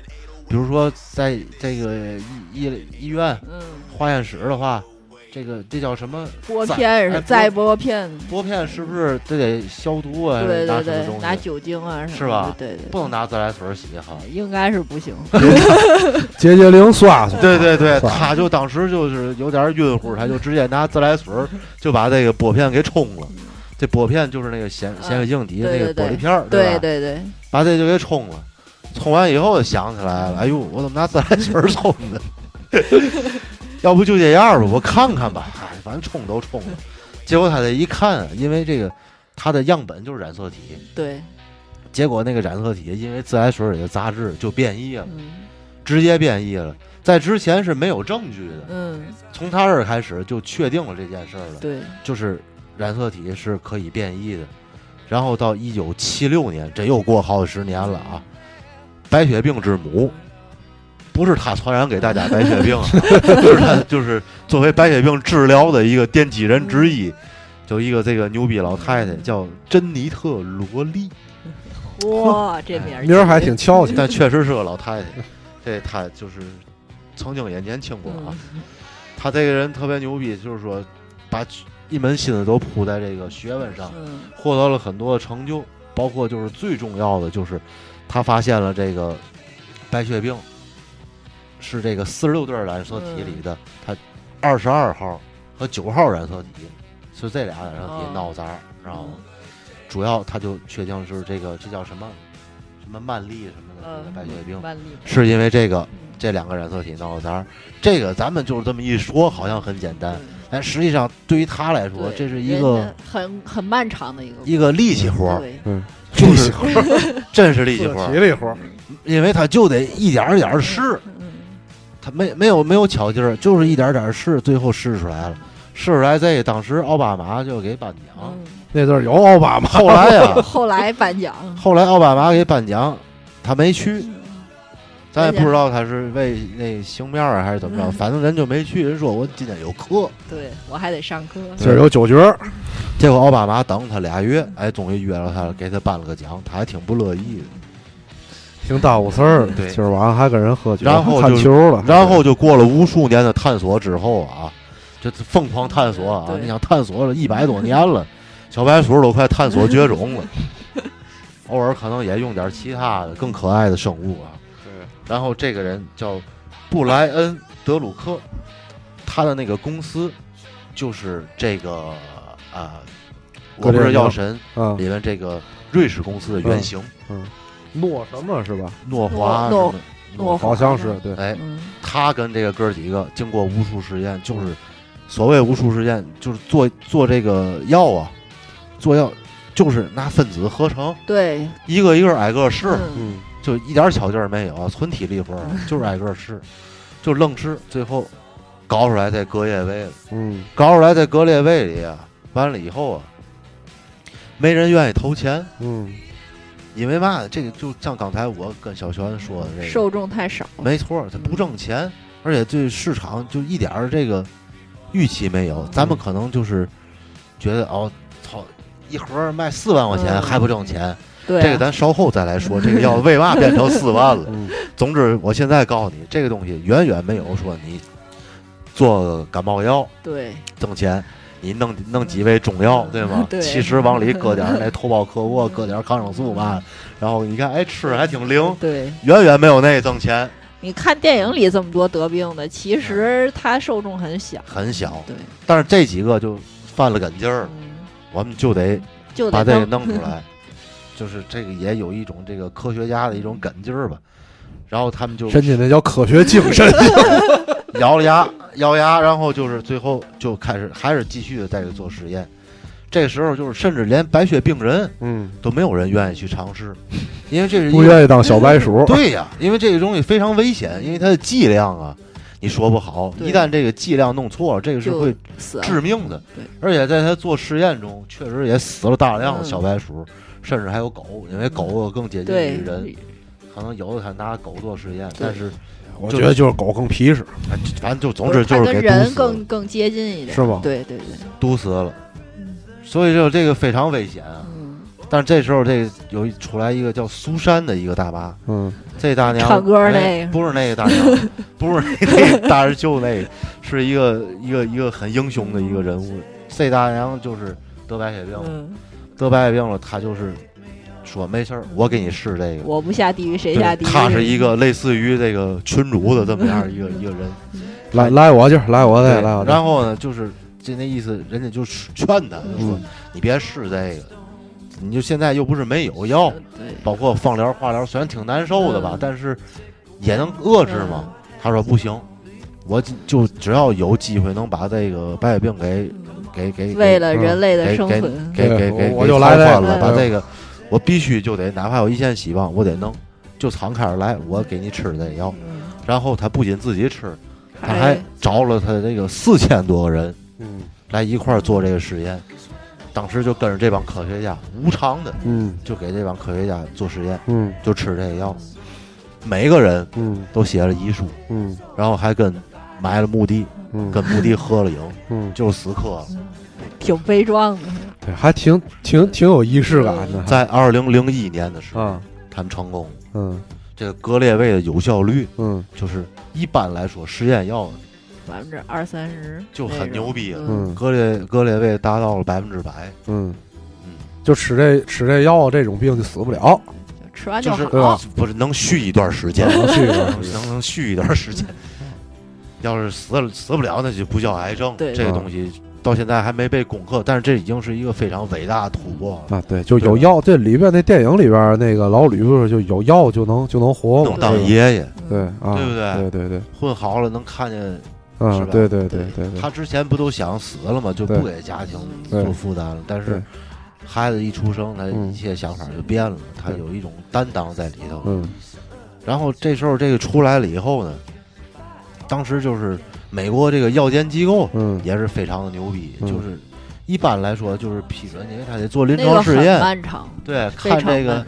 比如说在这个医医医院
嗯，
化验室的话，这个这叫什么
玻
再
片
哎
是
玻
再玻片，
玻片是不是都得消毒啊？
对
拿
对
什么
对，
东
拿
西？
酒精啊什么
是吧
的对对，
不能拿自来水洗哈。
应该是不行，
洁洁灵刷刷。
对对对，
算了
他就当时就是有点晕乎，他就直接拿自来水儿就把这个玻片给冲了。这玻片就是那个显显微镜底下那个
对对对
玻璃片儿，吧
对？对对，
把这就给冲了。冲完以后就想起来了，哎呦，我怎么拿自来水儿冲的？ 要不就这样吧，我看看吧。哎，反正冲都冲了。结果他这一看，啊因为这个他的样本就是染色体，
对，
结果那个染色体因为自来水里的杂质就变异了，
嗯
直接变异了。在之前是没有证据的，
嗯，
从他这儿开始就确定了这件事儿了。
对，
就是染色体是可以变异的。然后到一九七六年，这又过好几十年了啊！白血病之母，不是他传染给大家白血病、啊，就是他就是作为白血病治疗的一个奠基人之一，就一个这个牛逼老太太叫珍妮特·罗莉，
哇，这名儿
名儿还挺翘气，
但确实是个老太太。这她就是曾经也年轻过啊，
嗯
她这个人特别牛逼，就是说把一门心思都扑在这个学问上，
嗯
获得了很多的成就，包括就是最重要的就是他发现了这个白血病是这个四十六对儿染色体
嗯
里的，他二十二号和九号染色体是这俩染色体
哦嗯
闹杂儿，知道吗？主要他就确定是这个这叫什么什么曼丽什么的、
嗯，
白血病，
万历，
是因为这个
嗯
这两个染色体闹杂儿。这个咱们就是这么一说，好像很简单，
嗯
但实际上对于他来说，
对
这是一
人
个
家很很漫长的一个
一个力气活儿。
对
嗯
就是真是力气活
体
儿，
力活儿，
因为他就得一点儿一点儿试，
嗯
他没没有没有巧劲儿，就是一点儿点儿试，最后试出来了。试出来这个，当时奥巴马就给颁奖。
嗯，
那阵儿有奥巴 马。
后来呀、
后来颁奖，
后来奥巴马给颁奖，他没去，咱
大家
也不知道他是为那形面儿还是怎么着，
嗯
反正人就没去。人说我今天有课，
对我还得上课，
今儿有九角儿，
结果奥巴马等他俩月，哎，终于约了他，给他颁了个奖，他还挺不乐意的。
挺大五事儿。
对
今儿晚上还跟人喝酒，
然后
看
就
球了。
然后就过了无数年的探索之后啊，这疯狂探索啊！
对
你想探索了一百多年 了，小白鼠都快探索绝种了，偶尔可能也用点其他的更可爱的生物啊。然后这个人叫布莱恩·德鲁克，他的那个公司就是这个啊，我不是药神
啊，
里面这个瑞士公司的原型，
诺什么是吧？
诺华
嗯诺
什么
诺
好像是对，
哎，
嗯，
他跟这个哥儿几个经过无数实验，就是所谓无数实验，就是做做这个药啊，做药就是拿分子合成，
对，
一个一个挨个试，
嗯
嗯，
就一点巧劲儿 没有，纯体力活儿，就是挨个试，就愣吃，最后搞出来在隔夜胃了，
嗯，
搞出来在隔夜胃里啊，完了以后啊，没人愿意投钱，
嗯，
因为嘛，这个就像刚才我跟小璇说的这个，
受众太少，
没错儿，它不挣
嗯
钱，而且对市场就一点儿这个预期没有。咱
嗯
们可能就是觉得哦，操，一盒儿卖四万块钱
嗯
还不挣钱，
对啊，
这个咱稍后再来说。这个要为嘛变成四万了？
嗯
总之，我现在告诉你，这个东西远远没有说你做感冒药
对
挣钱。你弄弄几味中药，对吗？
嗯对
其实往里搁点儿那头孢克沃，搁点儿抗生素嘛，然后你看，哎，吃着还挺灵，
对，
远远没有那挣钱，
你看电影里这么多得病的，其
哦
实他受众很小，
很小。
对，
但是这几个就犯了梗劲儿，
嗯，
我们就得
就
把
得
这个弄出 来，就是这个也有一种这个科学家的一种梗劲儿吧。然后他们就
申请那叫科学精 神，
咬了牙，咬牙，然后就是最后就开始还是继续的在这做实验。这时候就是甚至连白血病人
嗯，
都没有人愿意去 尝试，因为这是一
不
个
愿意当小白鼠，
对呀、因为这个东西非常危险，因为它的剂量啊，你说不好，
对
一旦这个剂量弄错了，这个是
就
会
死
致
了，
命的
对。
而且在他做实验中，确实也死了大量的
嗯
小白鼠，甚至还有狗，因为狗更接近
对
于人，，可能有的他拿狗做实验，但是
我觉得就是狗更皮实，
哎反正就总之就
它
是
跟
给
人
毒死
更更接近一点，
是吗
对对对，
毒死了。所以就这个非常危险啊！
嗯，
但是这时候这个有一出来一个叫苏珊的一个大妈，
嗯，
这大娘
唱歌
哎
那个
不是那个 大娘，不是那个大人秀那个，是一个一个一个很英雄的一个人物。这大娘就是得白血病了，
嗯，
得白血病了，他就是说没事儿，我给你试这个。
我不下地狱谁
对
下地狱？嗯
他是一个类似于这个群主的这么样 一个一个人，
来来我劲儿，来我
对
的，来我的，
然后呢，就是就那意思，人家就劝他，就说
嗯
你别试这个，你就现在又不是没有药，
对，
包括放疗、化疗，虽然挺难受的吧
嗯，
但是也能遏制嘛。他说不行，我就就只要有机会能把这个白血病给给给
为
给
了
嗯
人类的
给
生
给
存，
给给
对
给，
我我
给
就来哎
操
这
惯
个
了，把
对
这个我必须就得，哪怕有一线希望，我得弄，就敞开而来，我给你吃这药。
嗯
然后他不仅自己吃，他还
还
找了他这个四千多个人
嗯
来一块儿做这个实验。当时就跟着这帮科学家无偿的
嗯
就给这帮科学家做实验，
嗯
就吃这个药。每个人
嗯
都写了遗书，
嗯
然后还跟埋了墓地，
嗯
跟墓地合了影，
嗯，
就是死磕了。
挺悲壮的，
对，还挺挺挺有仪式感的，
在二零零一年的时候，
啊，
他们成功了。
嗯
这个格列卫的有效率，
嗯
就是一般来说实验药
百分之二三十
就很牛逼了。
嗯
嗯
格列格列卫达到了百分之百，
嗯，就吃这吃这药，这种病就死不了，
就吃完
就
好
是、
对吧
不是能续一段时间，
能续一段时间
能能续一段时间。要是死了死不了，那就不叫癌症。
对
这个
嗯
东西到现在还没被攻克，但是这已经是一个非常伟大的突破了。
啊，对，就有药。这里边那电影里边那个老吕不是就有药就能就能活
能
嘛？
当
对吧
爷爷，
对啊，
对不
对？
对
对对
混好了能看见是
嗯，
吧
对对对对对，
他之前不都想死了吗？就
对
不给家庭
对
做负担了。但
对
是孩子一出生，他
嗯
一切想法就变了，他有一种担当在里头。
嗯
然后这时候这个出来了以后呢，当时就是美国这个药监机构
嗯
也是非常的牛逼，
嗯
就是一般来说就是批准，因为他得做临
那个
床
很
试验，
漫长，
对，
非
看
常
这个
慢。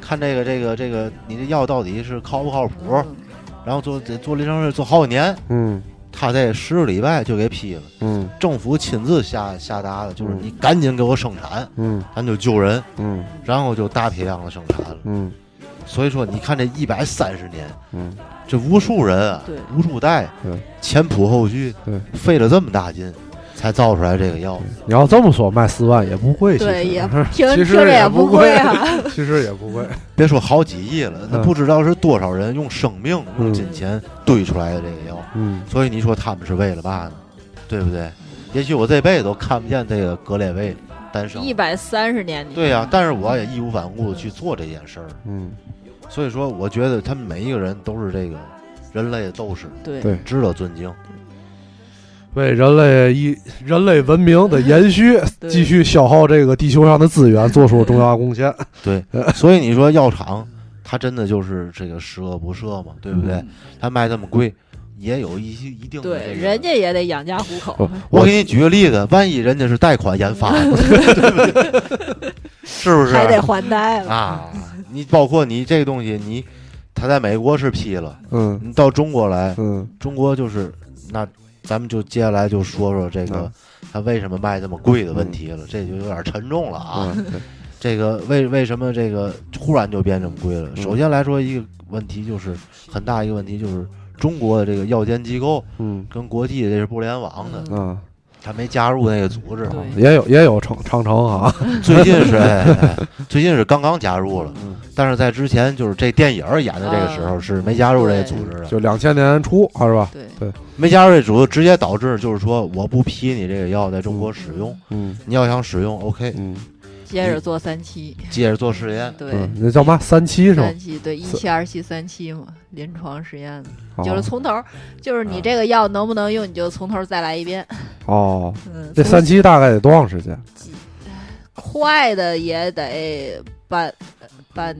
看这个这个这个，你这药到底是靠不靠谱？
嗯
然后做得做临床试做好几年，
嗯
他这十个礼拜就给批了。
嗯
政府亲自下下达的，就是
嗯
你赶紧给我生产，
嗯
咱就救人，
嗯
然后就大批量的生产了。
嗯
所以说，你看这一百三十年，
嗯，
这无数人啊
对，
无数代
对，
前仆后继，
对，
费了这么大劲，才造出来这个药。
你要这么说，卖四万也不贵，其
对，
实
也听
其
听
实
着
也不
不
贵
贵啊。
其实也不贵。
别说好几亿了，那
嗯
不知道是多少人用生命、用
嗯
金钱堆出来的这个药。
嗯，
所以你说他们是为了嘛呢？对不对？也许我这辈子都看不见这个格列卫诞生
一，百三十年，你
对呀、但是我也义无反顾的去做这件事儿。
嗯，
所以说，我觉得他们每一个人都是这个人类的斗士，
对
对
值得尊敬。
为人类一人类文明的延续，
对
继续消耗这个地球上的资源，做出重要贡献。
对， 所以你说药厂，它真的就是这个十恶不赦嘛，对不
嗯
对？它卖这么贵，也有一些一定的、这
对，
个
人家也得养家糊口。
我给你举个例子，万一人家是贷款研 发的，对不对？是不是？
还得还贷了，
啊，你包括你这个东西，你它在美国是批了，
嗯
你到中国来，
嗯
中国就是那咱们就接下来就说说这个
嗯
它为什么卖这么贵的问题了，这就有点沉重了啊。
嗯，对
这个为为什么这个忽然就变这么贵了？
嗯
首先来说一个问题就是很大一个问题就是中国的这个药监机构
嗯
跟国际的这是不联网
嗯
的，
啊，
它没加入那个组 织。
对
也有也有长长城啊，
最近是、哎哎 最近是刚刚加入了
嗯，啊
但是在之前就是这电影儿演的这个时候是没加入这个组织的，
就两千年初啊是吧？
对，
没加入这组织直接导致就是说我不批你这个药在中国使用，
嗯
你要想使用 OK，
嗯
接着做三期，
接着做实验。
对，
嗯，那叫嘛三期是吗
三？期，对，一期、二期、三期嘛，临床实验嘛，
哦
就是从头儿，就是你这个药能不能用，你就从头儿再来一遍。
哦，
嗯，
这
从
三期大概得多长时间？
快的也得半半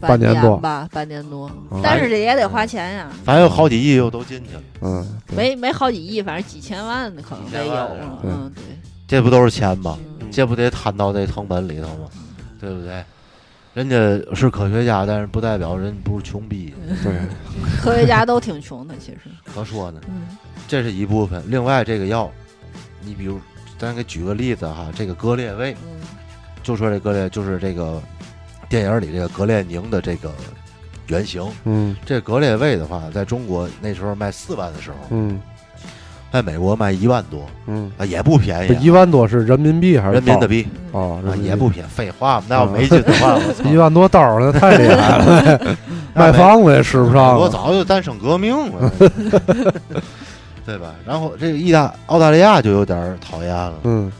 半年多
吧，半年多
嗯，
但是这也得花钱呀，
反正有好几亿又都进去了，
嗯，对
没没好几亿，反正几千万的可能得
几
有
千万是吧
了。嗯，对，
这不都是钱吗？
嗯
这不得摊到这成本里头吗？对不对？人家是科学家，但是不代表人不是穷逼。
对，
科学家都挺穷的，其实。
可说呢，
嗯
这是一部分。另外，这个药，你比如咱给举个例子哈，这个格列卫，
嗯
就说这格列就是这个电影里这个格列宁的这个原型。
嗯
这格列卫的话，在中国那时候卖四万的时候，
嗯
在美国卖一万多
嗯，
啊，也不便
这
宜
一万多是人民币还
啊，
是
人民
刀
的币
嗯
哦，
啊
人，民
也
币
不啊便宜。废话嘛，那要没劲的话，我操
一万多刀儿那太厉害 了， 卖房子也使不上
美国
了。
早就诞生革命 了，对吧？然后这个意大澳大利亚就有点儿讨厌了，
嗯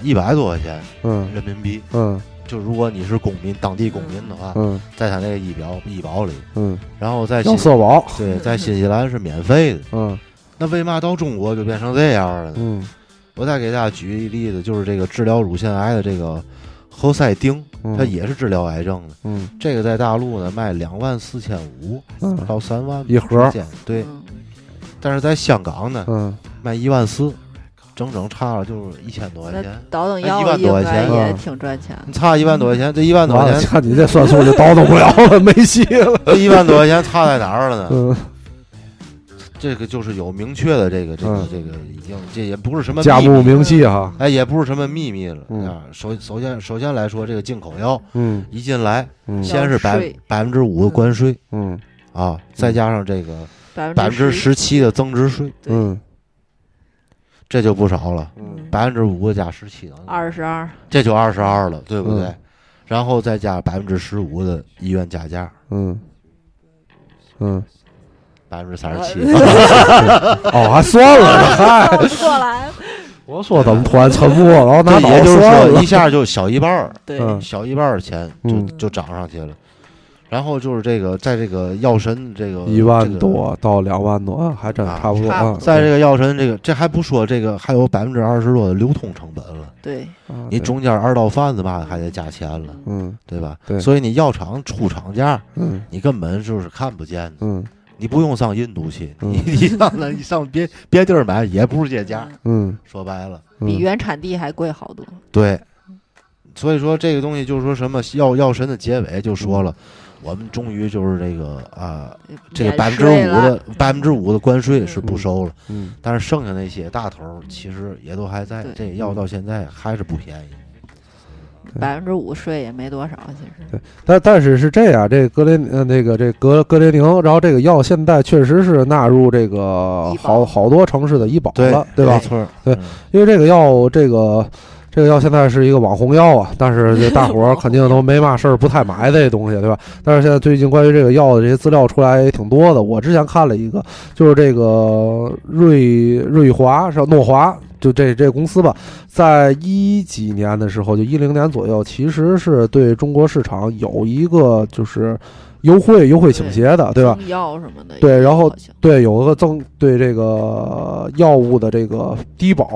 一百多块钱
嗯
人民币，
嗯
就如果你是公民，当地公民的话，
嗯
在他那个医疗医保里，
嗯，
然后在
要
新
社保。
对在新西兰是免费的，
嗯
那为嘛到中国就变成这样了呢？
嗯
我再给大家举一例子，就是这个治疗乳腺癌的这个何塞丁，
嗯
它也是治疗癌症的。
嗯
这个在大陆呢卖两万四千五
嗯
到三万
一盒
之间，对。
嗯
但是在香港呢
嗯，
卖一万四，整整差了就是一千多块
那
钱。
倒腾
一
药
万
应
多块
该
钱
也
嗯
挺赚钱
你差一万多块钱，这一万多
完
块
了，
钱，
看你这算数就叨叨不了了， 没戏了。
这一万多块钱差在哪儿了呢？
嗯，
这个就是有明确的这个这个
嗯
这个已经，这也不是什么
家
秘密
不明气哈。
哎，也不是什么秘密了
嗯
啊。首首先首先来说，这个进口药
嗯
一进来，
嗯
先是百
税
百分之五的关税
嗯
啊，再加上这个
的，
百
百
分之。十七的增值税，
对
嗯
这就不少了。
嗯
百分之五加十七，
二十二，
这就二十二了，对不对？
嗯
然后再加百分之十五的医院加价，
嗯嗯，
百分之三十七。
哦，还算了，嗨，
倒不过来。
我说怎么突然沉默了，然后拿
这
脑
也就是
算
说，
了
一。下就小一半儿，
对，
嗯
小一半儿的钱就
嗯
就涨上去了。然后就是这个，在这个药神这个
一
这
万
个
多到两万多，啊还真
啊
差不多
差不
啊
多。
在这个药神这个，这还不说这个还有百分之二十多的流通成本了，
对，
啊
你
对
中间二道贩子嘛还得加钱了，
嗯
对吧？
对
所以你药厂出厂价，
嗯
你根本就是看不见的，
嗯
你不用上印度去，
嗯
你你上那你上别别地儿买也不是这价，
嗯
说白了，
嗯
比原产地还贵好多。
对。所以说这个东西就是说什么药药神的结尾就说了，我们终于就是这个啊、这个百
免
分之
税
五
了
的百分之五的关税是不收了，
嗯
但是剩下那些大头儿其实也都还在，
对
嗯
这药到现在还是不便宜。
对
百分之五税也没多少，其实
但但是是这样，这格雷呃那个这格格雷宁，然后这个药现在确实是纳入这个
医保
好好多城市的医保
对
了，对吧
没？错儿，
对
嗯
因为这个药，这个这个药现在是一个网红药啊，但是这大伙儿肯定都没嘛事儿，不太买这东西，对吧？但是现在最近关于这个药的这些资料出来也挺多的。我之前看了一个，就是这个瑞瑞华是吧诺华，就这这公司吧，在一几年的时候，就一零年左右，其实是对中国市场有一个就是优惠优惠倾斜的，对吧？
中药什么的也有，
对然后
好像
对，有个增对这个药物的这个低保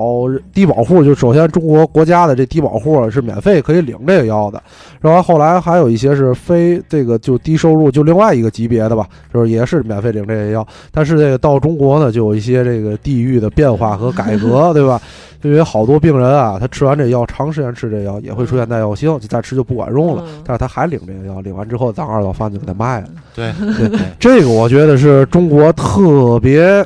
低保户，就首先中国国家的这低保户是免费可以领这个药的，然后后来还有一些是非这个就低收入，就另外一个级别的吧，就是也是免费领这个药，但是这个到中国呢，就有一些这个地域的变化和改革，对吧？因为好多病人啊，他吃完这药，长时间吃这药也会出现耐药性，就再吃就不管用了，
嗯
但是他还领这个药，领完之后当二道贩子给他卖了。
嗯对，
这个我觉得是中国特别，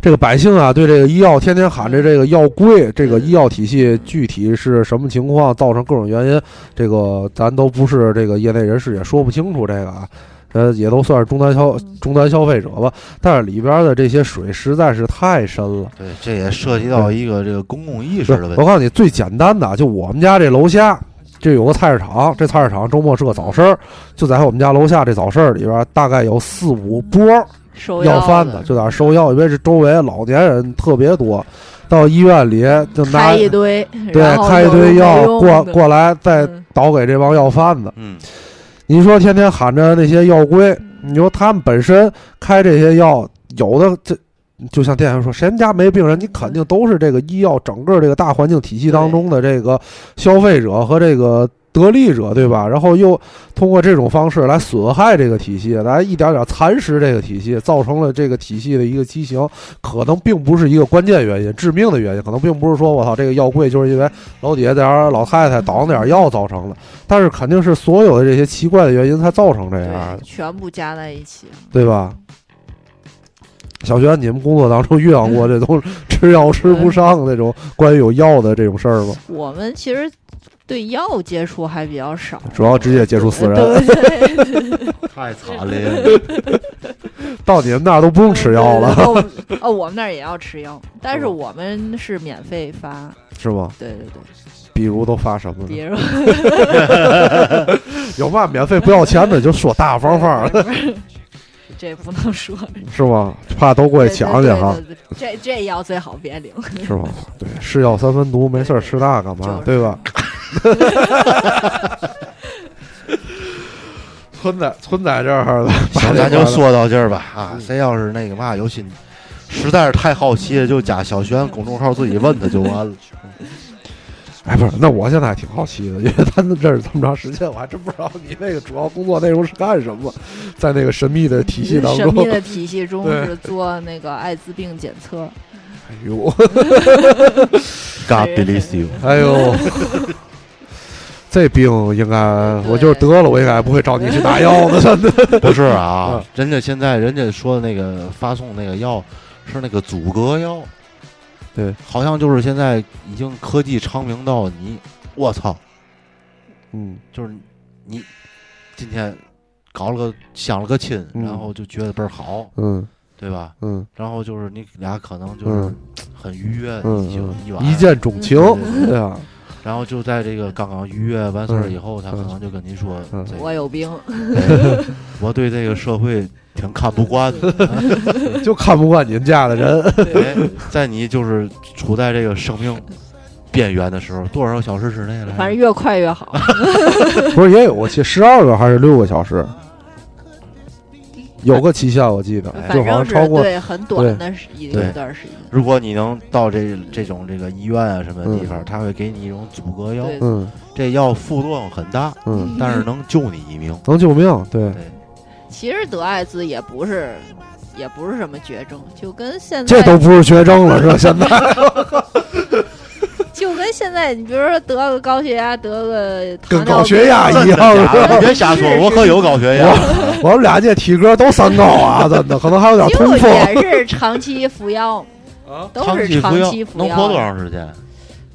这个百姓啊，对这个医药天天喊着这个药贵，这个医药体系具体是什么情况，造成各种原因，这个咱都不是这个业内人士，也说不清楚这个啊。呃，也都算是终端消终端消费者吧，但是里边的这些水实在是太深了。
对，这也涉及到一个这个公共意识的问
我
题。
告诉你，最简单的啊，就我们家这楼下，这有个菜市场，这菜市场周末是个早市儿，就在我们家楼下这早市儿里边，大概有四五波儿
收
要饭
的
就在那儿收药，因为是周围老年人特别多，到医院里就拿
开一堆，
对
然后
开一
有
堆
没
药
用
过
的
过来，再
嗯
倒给这帮药贩子。
嗯，
你说天天喊着那些药规，你说他们本身开这些药，有的这。就像店员说，谁们家没病人？你肯
嗯
定都是这个医药整个这个大环境体系当中的这个消费者和这个得利者，对吧？然后又通过这种方式来损害这个体系，来一点点蚕食这个体系，造成了这个体系的一个畸形。可能并不是一个关键原因，致命的原因，可能并不是说我操这个药贵就是因为楼底下这儿老太太倒上点药造成的，但是肯定是所有的这些奇怪的原因才造成这样的
对，，全部加在一起，
对吧？小轩，你们工作当中遇到过这种吃药吃不上那种关于有药的这种事儿吗？
我们其实对药接触还比较少，
主要直接接触死人，
对对对，
太惨了，
到你们那儿都不用吃药了，
哦。哦，我们那儿也要吃药，但是我们是免费发。
是吗？
对对对，
比如都发什么呢？
比如
有嘛免费不要钱的，就说大方方儿，
这不能说，
是吗？怕都过去抢去哈。
对。对对对这这药最好别领。
是吧？对，是药三分毒，没事儿吃那干
就
嘛？
是
对吧？ 村在村在这儿了，
行，
把
咱
这
就
完了嗯
说到这儿吧。啊，谁要是那个嘛有心，实在是太好奇了，就加小轩公众号自己问他就完了。
哎，不是，那我现在还挺好奇的，因为咱们这儿这么长时间，我还真不知道你那个主要工作内容是干什么，在那个神秘的体系当
神秘
中。
的体系中
对
是做那个艾滋病检测，
哎呦，
God bless you。
哎 呦，这病应该，我就是得了，我应该不会找你去打药 的，真的。
不是啊
嗯，
人家现在人家说的那个发送那个药是那个阻隔药，
对，
好像就是现在已经科技昌明到你，我操，
嗯，
就是你今天搞了个相了个亲，
嗯
然后就觉得倍儿好，
嗯
对吧？
嗯
然后就是你俩可能就是
嗯
很愉悦，
嗯
就一
嗯，
晚
一
上，
见钟情，对啊，
然后就在这个刚刚愉悦完事儿以后，他可能就跟您说
嗯，
这
我
个
有病。
哎我对这个社会挺看不惯的。
就看不惯你们家的人。
哎，在你就是处在这个生命边缘的时候，多少个小时之内来着？
反正越快越好，
不是也有个期十二个还是六个小时，有个期限我记得，
反
就好像
正是
超过
对很短的时一
对
一段时间。
如果你能到这这种这个医院啊什么地方，他会给你一种阻隔药，
嗯对
嗯
这药副作用很大，
嗯，
但是能救你 一命。
能救命，对
对，，
嗯其实得艾滋也不是，也不是什么绝症，就跟现在
这都不是绝症了，是 吧？现在
就跟现在你比如说得个高血压，得个糖
跟
尿
高血压
病
一样，是吧？
别瞎说，我可有高血压。
我我们俩这体格都三高啊，真的，可能还有点
就
痛风。
也是长期服药，都
长
是
期
长
服药
期服
能
药，
活多长时间？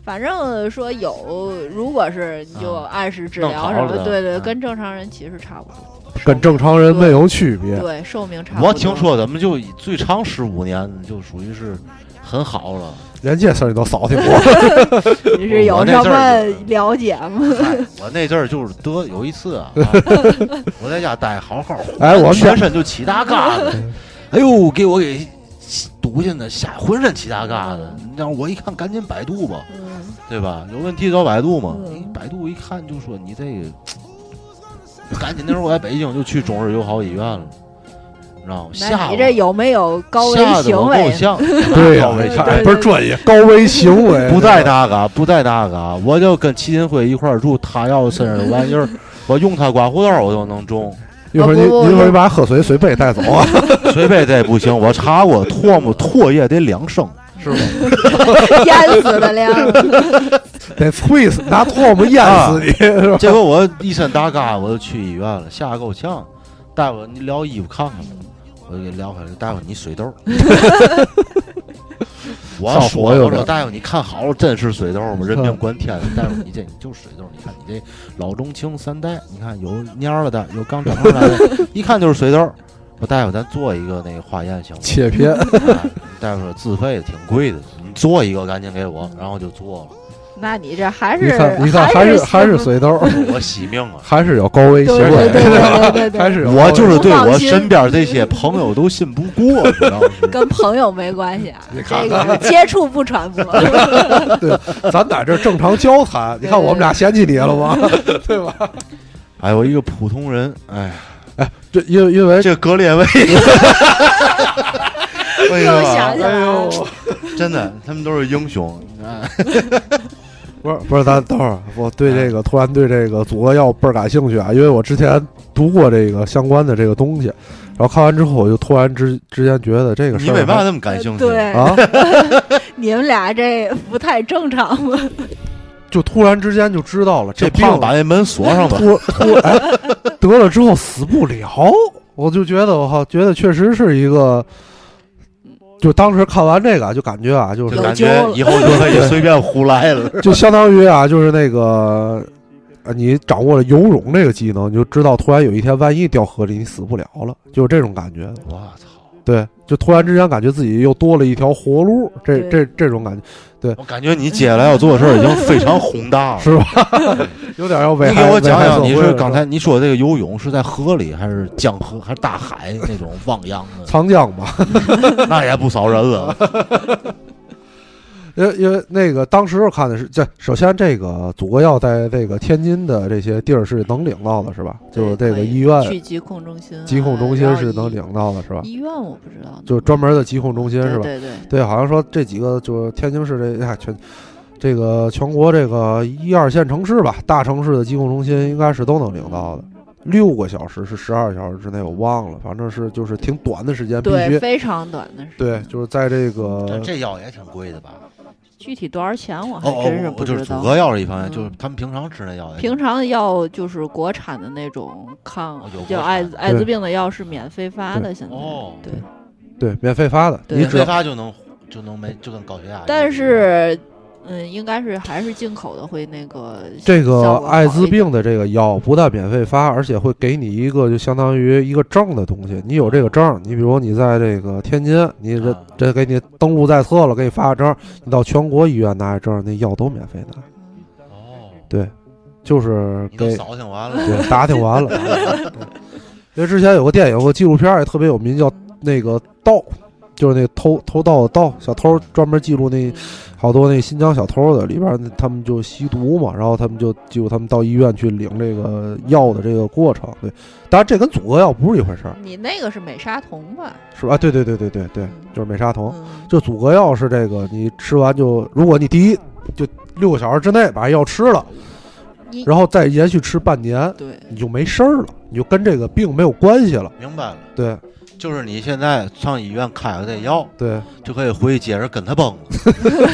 反正说有，如果是你就
啊
按时治
弄
疗
好
什
了
么，
的
对对，
嗯
跟正常人其实差不多，
跟正常人没有区别。
对，寿命差不多。
我听说咱们就最长十五年，就属于是很好 了。
人家事儿你都扫听过，
你是有
我
什
那阵
么
儿就
了解吗？
嗨我那阵儿就是得有一 次啊，啊我在家待好好，
哎我们家
全身 就起大疙瘩，哎呦，给我给堵进的，吓浑身起大疙瘩。你让我一看，赶紧百度吧，
嗯
对吧？有问题找百度嘛。
嗯
百度一看就说你这 个，赶紧那时候我在北京就去中日友好医院了，你知道吗？
那
吓
你
我
这有没有高危
吓得
行
我够
为？
呛，
对呀、
高危
对
哎
对
不是专业，高危行为
不带那个，不带那个，我就跟齐金辉一块儿住，他要身上有玩 意儿，我用他刮胡刀我都能中。
一会儿你
不不不
一会儿你把喝水水杯带走啊，
水杯这不行，我查过，唾沫唾液得两升，
是吧？
淹死的量，
得啐死，拿唾沫淹死你，是吧？
结果我一身大嘎，我就去医院了，吓得够呛。大夫，你撩衣服看看吧，我就给撩开了。大夫，你水痘儿。我
上
说
火有
我
点
说
儿
大夫，你看好了，真是水痘儿吗？人命关天了。大夫，你这你就是水痘儿，你看你这老中青三代，你看有蔫儿了的，有刚长出来的，一看就是水痘儿。我大夫，咱做一个那个化验行吗？
切片，
哎大夫说自费的挺贵的，你做一个赶紧给我，然后就做了。
那你这还
你
是
看，你看，还
是
是还是
行
水痘，
我惜命啊！
还是有高危行
对
为
对对
是吧，
对对对，
还是有高危
我就是对我身边这些朋友都信不过，你知道吗？
跟朋友没关系啊，
你看
这个接触不传播。
咱在这正常交谈，你看我们俩嫌弃你了吗？对吧？
哎，我一个普通人，哎，
这因为因为
这个 格列卫，哎
又想啊
呀
起，来了，
真的，他们都是英雄。哎
不是不是，咱等会儿我对这个突然对这个组合药倍儿感兴趣啊，因为我之前读过这个相关的这个东西，然后看完之后我就突然之之间觉得这个
你
事
为
儿
嘛
还
那么感兴趣？
呃对，
啊，
你们俩这不太正常吗？
就突然之间就知道了
这
病
胖把那门锁上吧。
突突哎得了之后死不了，我就觉得我靠，觉得确实是一个，就当时看完这个啊就感觉啊，就是
就感
有
觉
救了
以后就可以随便胡 来了。
就相当于啊，就是那个，呃，你掌握了游泳这个技能，你就知道突然有一天，万一掉河里，你死不了了，就是这种感觉。
我操！
对，就突然之间感觉自己又多了一条活路，这这
对
这种感觉
我感觉你接下来要做的事儿已经非常宏大了。
是吧？ 有点要危
你
害
给我讲讲，
危
你
害社会
是
了
刚才你说这个游泳是在河里还是江河还是大海那种汪洋的？
长江吧？
那也不少人了。
因为因为那个当时我看的是，这首先这个祖国药在这个天津的这些地儿是能领到的，是吧？就是这
可
个
以
医院、
去疾控中心啊，
疾控中心
然后
是
医
能领到的，是吧？
医院我不知道，
就是专门的疾控中心
对
是吧？
对对，
对，好像说这几个就是天津市这哎全，这个全国这个一二线城市吧，大城市的疾控中心应该是都能领到的。六个小时是十二小时之内，我忘了，反正是就是挺短的时间，必
对
须
非呃常短的时
对
间，，
就是在这个
这药也挺贵的吧？
具体多少钱我还
呃哦
真是
哦，
不
我就
知
是组
道。
合药是一方面，
嗯
就是他们平常吃那药也
平常药就是国产的那种抗
哦有国
就
产
艾
的
艾滋病的药是免费发的，现在
哦，
对。
对免费发的，
对
你
免
只
费
要
发就能就能没就跟高血压一样。
但是，嗯，应该是还是进口的会那个
这个
效果好
艾滋
一点
病的这个药不但免费发，而且会给你一个就相当于一个证的东西。你有这个证，你比如你在这个天津，你这
啊
这给你登录在册了，给你发个证，你到全国医院拿这证，那药都免费拿。
哦，
对，就是
你都
给
扫听完了，
对打听完了。对因为之前有个电影、有个纪录片儿也特别有名，叫那个盗，就是那个偷偷盗的盗，小偷专门记录那好多那新疆小偷的，里边儿那他们就吸毒嘛，然后他们就记录他们到医院去领这个药的这个过程。对，当然这跟组合药不是一回事儿，
你那个是美沙酮吧？
是吧？对对对对对对，就是美沙酮。
嗯，
哦就阻隔药是这个，你吃完就，如果你第一就六个小时之内把药吃了
你，
然后再延续吃半年，
对，
你就没事儿了，你就跟这个病没有关系了。
明白了。
对
就是你现在上医院开了这药，
对，
就可以回去接着跟他崩了。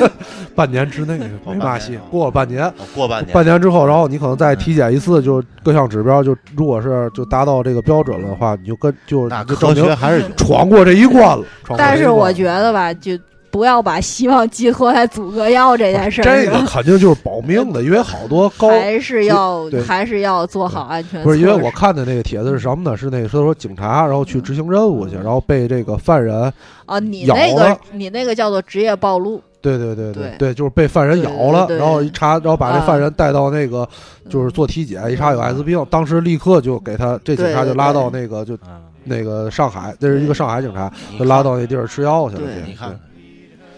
半年之内没嘛戏，过了半年，
哦过半年，嗯
半年之后，然后你可能再体检一次，就各项指标就如果是就达到这个标准了的话，你就跟就
那
你就
科
证明
学还是有
哦闯过这一关了。闯过这一关了啊
但是我觉得吧，就不要把希望寄托在阻隔药这件事儿
这个
上，
肯定就是保命的，因为好多高
还是要
对
还是要做好安全措施。
不是因为我看的那个帖子是什么呢？是那个说说警察，然后
嗯
去执行任务去，然后被这个犯人，
啊，你
咬
那个
了
你那个叫做职业暴露，
对对对
对
对，就是被犯人
对
咬
对
了，
对
然后一查，然后把这
啊
犯人带到那个就是做体检，一查有艾滋病，当时立刻就给他这警察就
嗯对对
拉到那个就
嗯，
那个上海，这是一个上海警察，
你
就
看
拉到那地儿吃药去了
对
去。
你看看，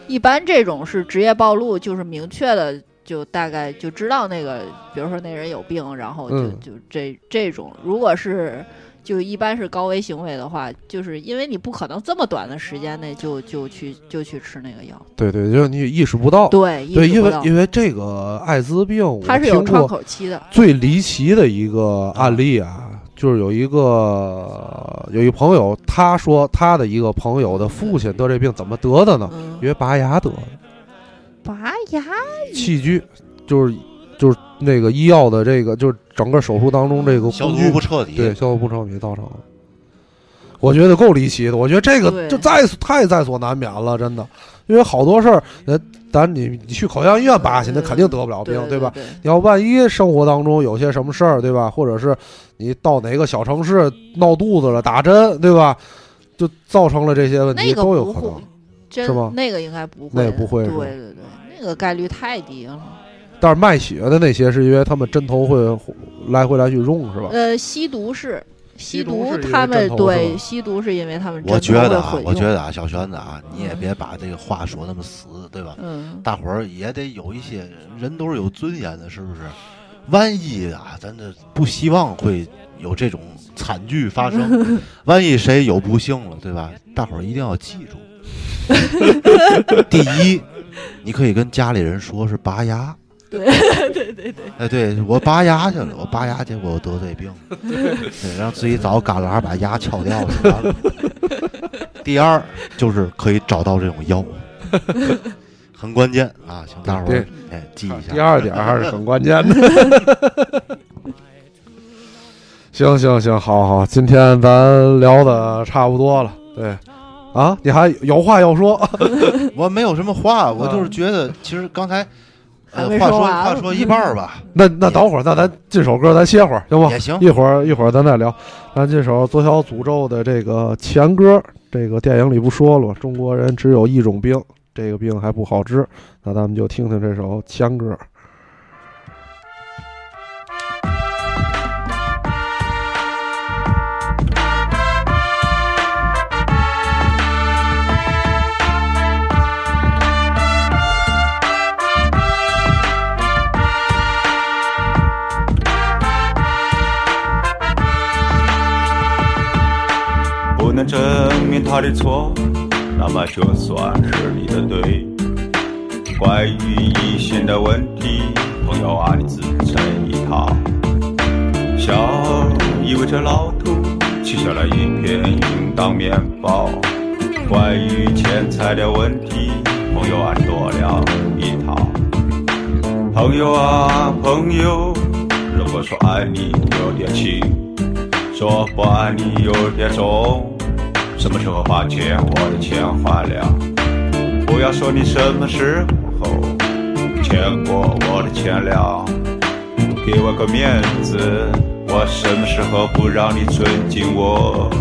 一般这种是职业暴露，就是明确的就大概就知道那个，比如说那人有病，然后就、
嗯
就这这种，如果是就一般是高危行为的话，就是因为你不可能这么短的时间内就就去就去吃那个药，
对对，就是你意识不到。
对，意
哦对，
识
因
不
为
到
因为这个艾滋病，我
它是有
听过啊
窗口期的，
最离奇的一个案例啊，就是有一个有一朋友，他说他的一个朋友的父亲得这病怎么得的呢？
嗯
因，为拔牙得的，
拔牙
器具就是就是那个医药的这个就是整个手术当中这个
消
工
毒
具
不彻底，
对消毒不成品造成的。我觉得够离奇的，我觉得这个
对
就在所太在所难免了，真的，因为好多事儿，呃，咱你你去口腔医院拔去，那肯定得不了病，
对
吧？？
对
你要万一生活当中有些什么事儿，对吧？或者是你到哪个小城市闹肚子了，打针，对吧？就造成了这些问题，
那个
都有
不
可
会
能。，
真
是吗
那个应该不会
那
的，
也不会是
对
吗哦
对对，那个概率太低了。
但是卖血的那些是因为他们针头会来回来去用，是吧？
呃，吸毒是吸
毒
毒
是，因为
他
针
们
头是
对
吧
吸毒是因为他们
我觉
针头
得
会混，
啊我觉
用嗯
得啊，小玄子啊，你也别把这个话说那么死，对吧？
嗯，
大伙儿也得有一些人都是有尊严的，是不是？万一啊，咱这不希望会有这种惨剧发生，万一谁有不幸了，对吧？大伙儿一定要记住，第一，你可以跟家里人说是拔牙。 对对对对，哎，对我拔牙去了，我拔牙，结果我得罪病 了，对，让自己找旮旯把牙撬掉就完 了。第二就是可以找到这种药， 很关键啊，请大伙儿
对
哎记一 下。
第二点还是很关键的。 行行行，好好，今天咱聊的差不多了，对。啊，你还有话要说？
我没有什么话，我就是觉得其实刚才，呃
还，没
话
说
说
完
话说一半儿吧，
那那等会儿，那咱进首歌，咱歇会儿，行吗？
也行。
一会儿一会儿咱再聊，咱这首《左小诅咒》的这个前歌，这个电影里不说了吗，中国人只有一种病，这个病还不好治，那咱们就听听这首前歌。
不能证明他的错，那么就算是你的对。关于异性的问题，朋友啊，你自成一套。笑意味着老土，吃下了一片应当面包。关于钱财的问题，朋友啊，你多聊一套。朋友啊，朋友，如果说爱你有点轻。说不爱你有点重，什么时候花钱我的钱花了？不要说你什么时候欠过我的钱了，给我个面子，我什么时候不让你尊敬我？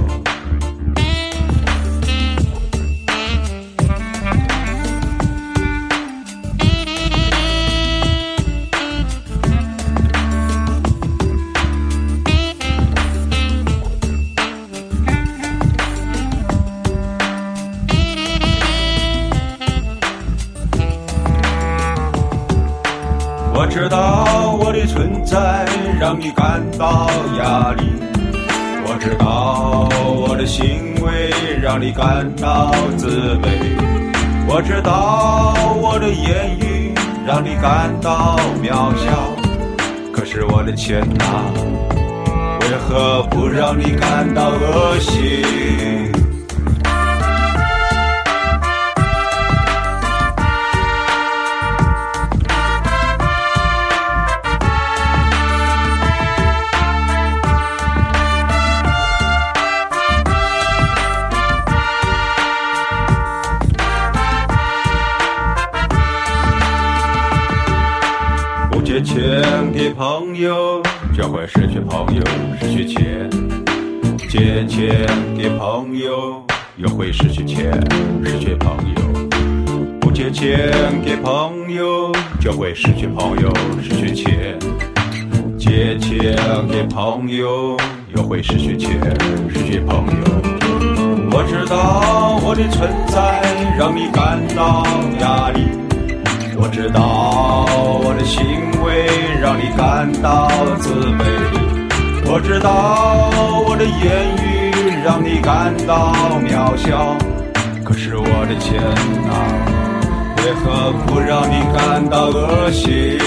我知道我的存在让你感到压力，我知道我的行为让你感到自卑，我知道我的言语让你感到渺小。可是我的钱呐、为何不让你感到恶心？借钱给朋友，这会失去朋友，失去钱。借钱给朋友，又会失去钱，失去朋友。不借钱给朋友，就会失去朋友，失去钱。借钱给朋友，又会失去钱，失去朋友。我知道我的存在让你感到压力，我知道我的行为让你感到自卑，我知道我的言语让你感到渺小，可是我的钱啊，为何不让你感到恶心？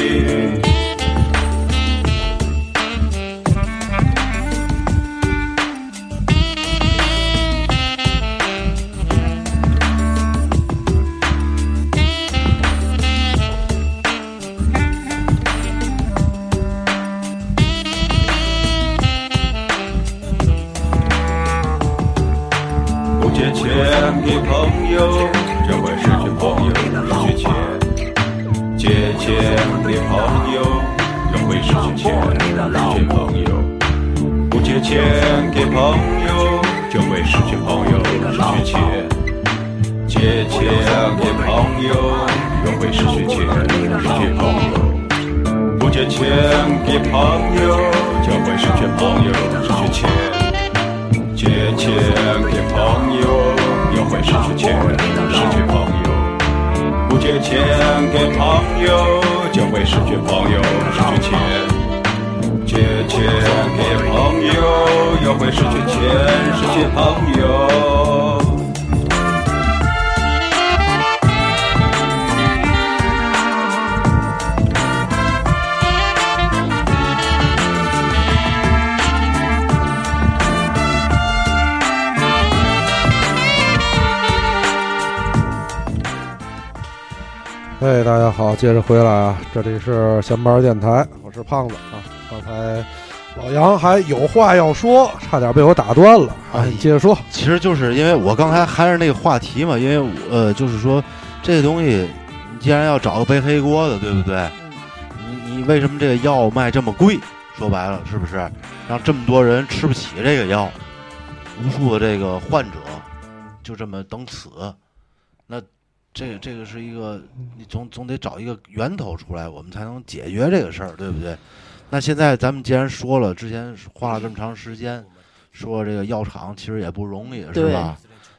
不借钱给朋友，这会失去朋友，失去钱。借钱给朋友，这会失去钱，失去朋友。不借钱给朋友，就会失去朋友，失去钱。借钱给朋友，又会失去钱，失去朋友。不借钱给朋友，就会失去朋友，失去钱。借钱给朋友，又会失去钱，失去朋友；不借钱给朋友，就会失去朋友，失去钱；借钱给朋友，又会失去钱，失去朋友。
哎，大家好，接着回来啊，这里是闲班电台，我是胖子啊。刚才老杨还有话要说，差点被我打断了啊！
哎
你接着说，
其实就是因为我刚才还是那个话题嘛，因为我呃，就是说这个东西，你既然要找个背黑锅的，对不对？
嗯
你你为什么这个药卖这么贵？说白了，是不是让这么多人吃不起这个药？无数的这个患者就这么等死，那这个这个是一个，你总总得找一个源头出来，我们才能解决这个事儿，对不对？那现在咱们既然说了，之前花了这么长时间，说这个药厂其实也不容易，是
对
吧？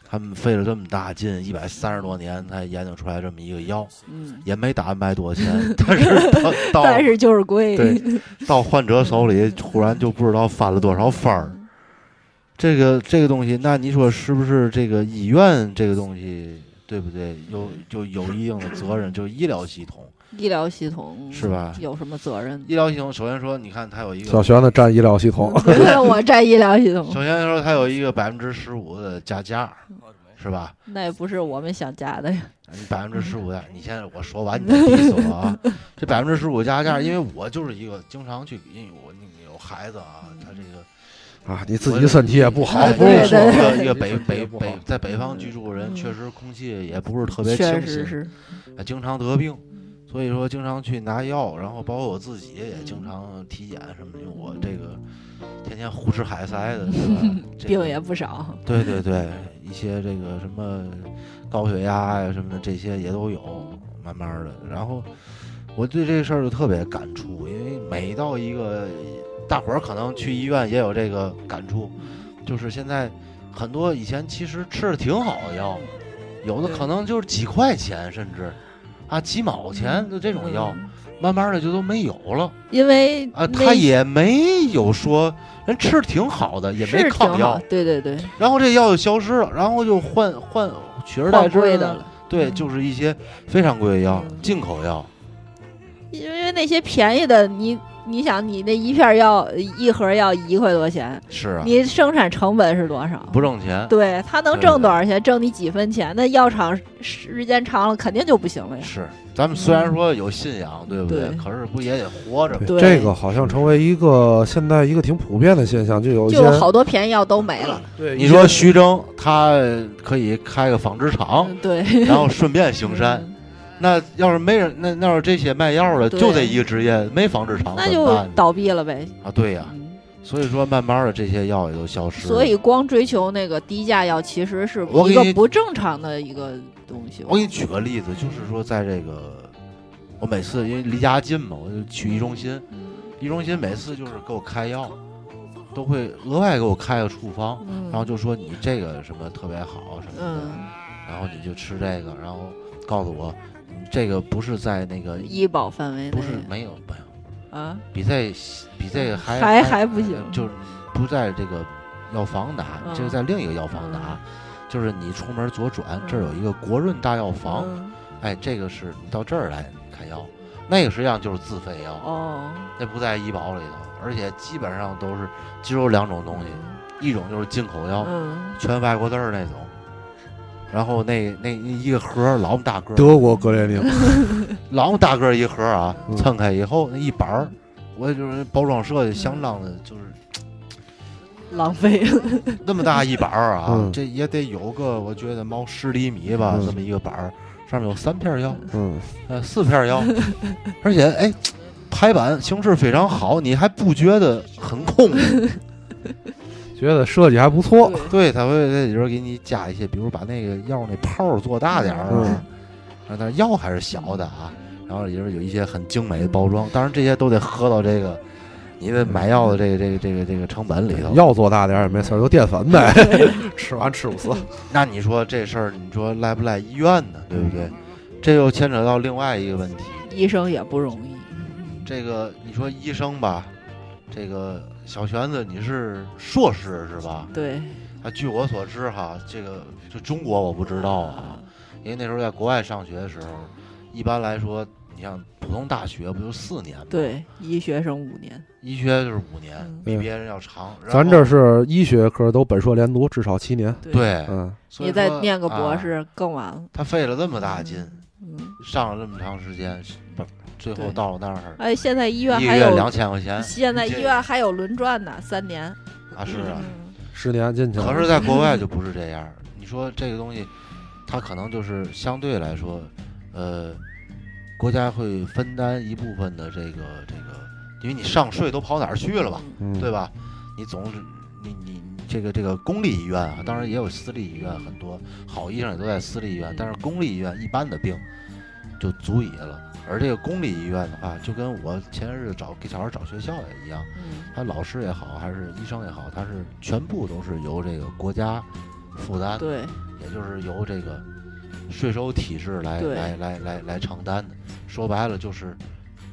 他们费了这么大劲，一百三十多年才研究出来这么一个药，
嗯，
也没打算卖多少钱，但 是到到
但是就是贵，
对，到患者手里忽然就不知道翻了多少番儿。这个这个东西，那你说是不是这个医院这个东西，对不对？有就有一定的责任，就是医疗系统，
医疗系统
是吧
有什么责任？
医疗系统首先说，你看它有一个
小，玄子占医疗系统，
我占医疗系统，
首先说它有一个百分之十五的加价，是吧？
那也不是我们想加的呀。
你百分之十五的，
嗯
你现在我说完你就逼死 我啊！这百分之十五加价，因为我就是一个经常去，因为我有孩子啊，他这个
啊，你自己身体也不
呃
好，
哎
不用
对
说
对
了
一个一个北
身体也
北
不好
北在北方居住的人，
嗯
确实空气也不是特别
确
清
实
新，
是，
还经常得病，所以说经常去拿药，然后包括我自己也经常体检什么的，因为我这个天天胡吃海塞的，对吧？这个嗯
病也不少。
对对对，一些这个什么高血压呀、什么的，这些也都有，慢慢的。然后我对这事儿就特别感触，因为每到一个大伙儿可能去医院也有这个感触，就是现在很多以前其实吃的挺好的药，有的可能就是几块钱，甚至啊几毛钱就这种药，慢慢的就都没有了
嗯因为
啊。
那
他也没有说人吃的挺好的，也没
是挺
抗
好
药。
对对对，
然后这药就消失了，然后就换换取而代
换
之
贵
呢
的了。
对，就是一些非常贵的药，
嗯
进口药。
因为那些便宜的，你你想，你那一片药一盒药一块多钱，
是啊，
你生产成本是多少？
不挣钱。
对他能
对
挣
对
多少钱？挣你几分钱？那药厂时间长了肯定就不行了呀。
是，咱们虽然说有信仰，对不
嗯对
可是不也得活着吗？
对
这个好像成为一个现在一个挺普遍的现象，就有一
就
些
有好多便宜药都没了。
对
你说徐峥他可以开个纺织厂，
嗯，对，
然后顺便行山，
嗯
那要是没人，那那要是这些卖药的
对
就这一个职业，没纺织厂
那
怎
就
么办呢
倒闭了呗。
啊？对呀、
嗯
所以说慢慢的这些药也都消失了。
所以光追求那个低价药，其实是
我
一
给你
个不正常的一个东西。
我给你举个例子，就是说在这个，我每次因为离家近嘛，我就去一中心，
嗯
一中心每次就是给我开药，都会额外给我开个处方，
嗯，
然后就说你这个什么特别好什么的，
嗯，
然后你就吃这个，然后告诉我，嗯这个不是在那个
医保范围内
不是没有没有，
啊，
比这比这个还
还还不行
就是不在这个药房拿，
嗯
这个在另一个药房拿。就是你出门左转，这儿有一个国润大药房，
嗯
哎，这个是你到这儿来开药，那个实际上就是自费药，
哦，
那不在医保里头，而且基本上都是只有两种东西，一种就是进口药，
嗯，
全外国字儿那种，然后那那那一个盒儿老么大个儿，
德国格列宁，
嗯
老么大个儿一盒儿啊，
嗯
撑开以后那一板儿，我也就是包装设计相当的，就是
浪费了，
那么大一板儿啊，
嗯
这也得有个我觉得猫十厘米吧，
嗯
这么一个板儿，上面有三片儿药。
嗯，
呃，四片儿腰， 而且哎，排版形式非常好，你还不觉得很空？
觉得设计还不错，
对，他会在里边给你加一些，比如把那个药那泡儿做大点儿啊，让它药还是小的啊，然后里边有一些很精美的包装，当然这些都得喝到这个你的买药的这个这个这个这个成本里头。
药哎做大点儿也没事儿，就淀粉呗， 嗯吃完吃不死。
那你说这事儿，你说赖不赖医院呢？对不对？这又牵扯到另外一个问题，
医生也不容易。
这个你说医生吧，这个小玄子你是硕士是吧？
对，
啊，据我所知哈，这个就中国我不知道啊，因为那时候在国外上学的时候，一般来说，你像普通大学不就四年吗？，
对，医学生五年，
医学就是五年
嗯，
比别人要长。然后
咱这是医学科都本硕连读，至少七年。
对，
嗯，
所以
你再
说
念个博，
啊
士更晚了。
他费了这么大劲，
嗯，
上了这么长时间，是不，最后
对
到了那儿，
哎，现在医院
一个
还
月两
有，
千块钱
现在
这
医院还有轮转呢，三年。
啊，是啊，
嗯
十年进去了。
可是，在国外就不是这样儿。你说这个东西，它可能就是相对来说，呃，国家会分担一部分的这个这个，因为你上税都跑哪儿去了吧，
嗯，
对吧？你总是你你你这个这个公立医院啊，当然也有私立医院，很多好医生也都在私立医院，但是公立医院一般的病就足以了。而这个公立医院的话，就跟我前些日子找给小孩找学校也一样，
嗯
他老师也好，还是医生也好，他是全部都是由这个国家负担，
对，
也就是由这个税收体制来
对
来来来来承担的。说白了就是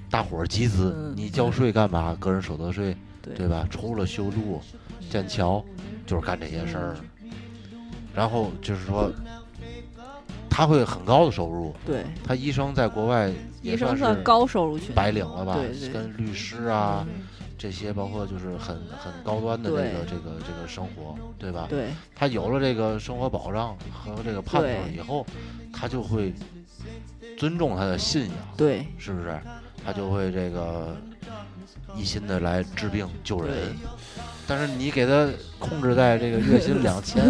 大伙儿集资，
嗯
你交税干嘛？个人所得税，
对
对吧？除了修路、建桥，就是干这些事儿。
嗯
然后就是说，他会很高的收入，
对，
他医生在国外也
医生
算
算
是
高收入群体，
白领了吧？
对对
跟律师啊这些，包括就是很很高端的这个
对
这个这个生活，对吧？
对
他有了这个生活保障和这个盼头
对
以后，他就会尊重他的信仰，
对
是不是？他就会这个一心的来治病救人。但是你给他控制在这个月薪两 千，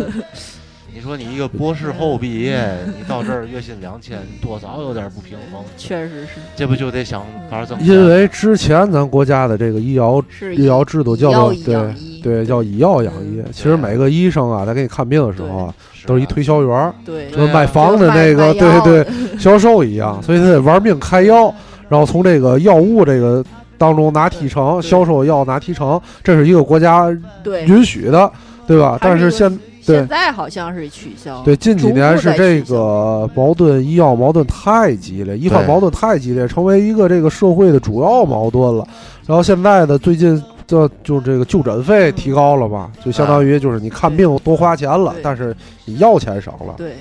你说你一个博士后毕业，你到这儿月薪两千，多少有点不平衡，
确实是
这不就得想法怎么？
因为之前咱国家的这个医疗
是
医疗制度叫
药
做
嗯医
对
养医，
对叫以药养医。其实每个医生啊，在给你看病的时候啊，都是一
吧
推销员儿，
对啊
就
对
跟卖房的那个
卖卖药
对对销售一
嗯
样，所以他得玩命开药，然后从这个药物这个当中拿提成，
对
销售药拿提成，这是一个国家
对，
允许的，对吧？
它
但
是
是
一个
现嗯对
现在好像是取消，
对，近几
逐步
年是
在
这
取消
个矛盾，医药矛盾太激烈，医患
对
矛盾太激烈，成为一个这个社会的主要矛盾了。然后现在的最近这就这个就诊费提高了嘛，就相当于就是你看病多花钱了，
对
但是你药钱省了。
对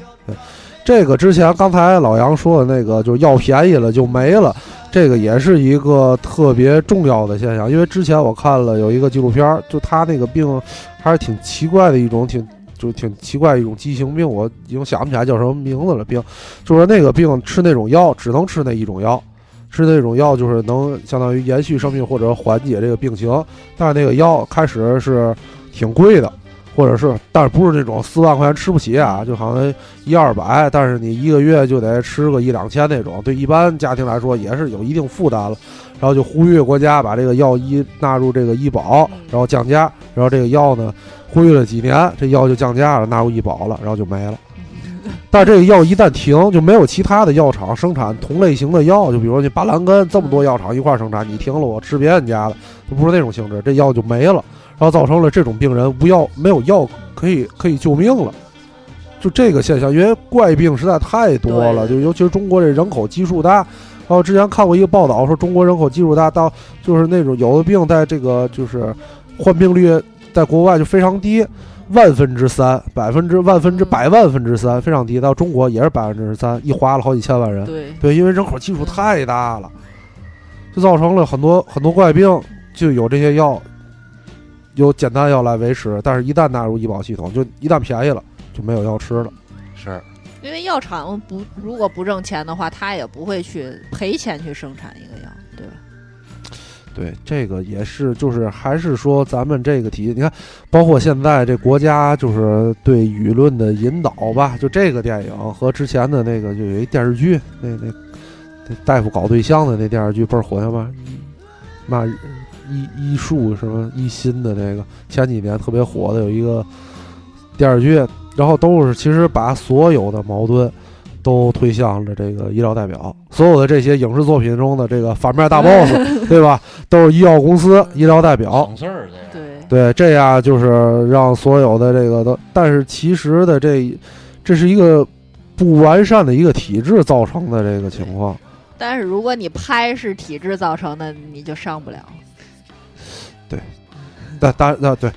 这个之前刚才老杨说的那个，就是药便宜了就没了，这个也是一个特别重要的现象。因为之前我看了有一个纪录片儿，就他那个病还是挺奇怪的一种，挺就挺奇怪一种畸形病，我已经想不起来叫什么名字了。病就说那个病吃那种药只能吃那一种药。吃那种药就是能相当于延续生命或者缓解这个病情，但是那个药开始是挺贵的，或者是，但是不是那种四万块钱吃不起啊，就好像一二百，但是你一个月就得吃个一两千那种，对一般家庭来说也是有一定负担了。然后就呼吁国家把这个药医纳入这个医保
嗯，
然后降价，然后这个药呢呼吁了几年，这药就降价了，纳入医保了，然后就没了。但这个药一旦停，就没有其他的药厂生产同类型的药，就比如说你巴兰根这么多药厂一块儿生产，你停了，我吃别人家的，就不是那种性质，这药就没了，然后造成了这种病人无药没有药可以可以救命了。就这个现象，因为怪病实在太多了，
对
就尤其是中国这人口基数大，然后之前看过一个报道说中国人口基数大到就是那种有的病在这个就是患病率在国外就非常低，万分之三，百分之万分之
嗯
百万分之三，非常低。到中国也是百分之三，一花了好几千万人。
对，
嗯对，因为人口基数太大了，就造成了很多很多怪病，就有这些药，有简单药来维持。但是，一旦纳入医保系统，就一旦便宜了，就没有药吃了。
是
因为药厂不如果不挣钱的话，他也不会去赔钱去生产一个药，对吧？
对，这个也是，就是还是说咱们这个题，你看，包括现在这国家就是对舆论的引导吧，就这个电影和之前的那个就有一电视剧，那那那大夫搞对象的那电视剧倍儿火，要嘛嘛医医术什么医心的那个，前几年特别火的有一个电视剧，然后都是其实把所有的矛盾。都推向了这个医疗代表，所有的这些影视作品中的这个反面大 boss，对吧？都是医药公司、医疗代表，
事儿这样。
对，
对，这样就是让所有的这个都，但是其实的这，这是一个不完善的一个体制造成的这个情况。
但是如果你拍是体制造成的，你就上不了。
但当 那对，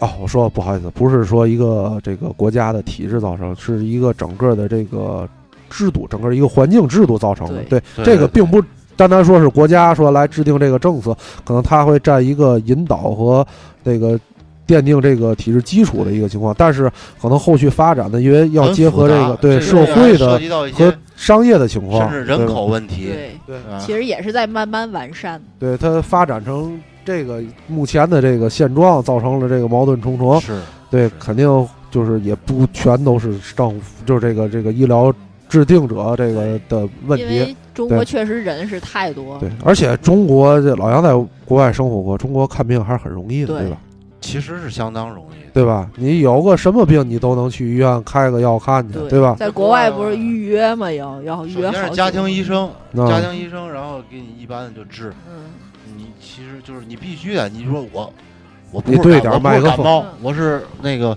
哦，我说不好意思，不是说一个这个国家的体制造成，是一个整个的这个制度，整个一个环境制度造成的。
对
对，
对
这个并不单单说是国家说来制定这个政策，可能它会占一个引导和这个。奠定这个体制基础的一个情况，但是可能后续发展呢，因为要
很
结
复
合这
杂
个对
这
社会
涉
的
及到一些
和商业的情况，
甚至人
对吧
口问题，
对，
对
啊
其实也是在慢慢完善。
对它发展成这个目前的这个现状，造成了这个矛盾重重。
是
对
是，
肯定就是也不全都是政府，就是这个这个医疗制定者这个的问
因
题。
为中国
对
确实人是太多，
对，而且中国这老杨在国外生活过，中国看病还是很容易的，
对
对吧？
其实是相当容易。
对吧？你有个什么病，你都能去医院开个药看去，
对
对吧？
在国外不是预约吗？要要预
啊首
约
先
好
是
久
家庭医生，
嗯
家庭医生，然后给你一般的就治。
嗯，
你其实就是你必须的。你说我，我不
你
是
对
感
点儿
我不
麦
是
克
感
风
冒
嗯，
我是那个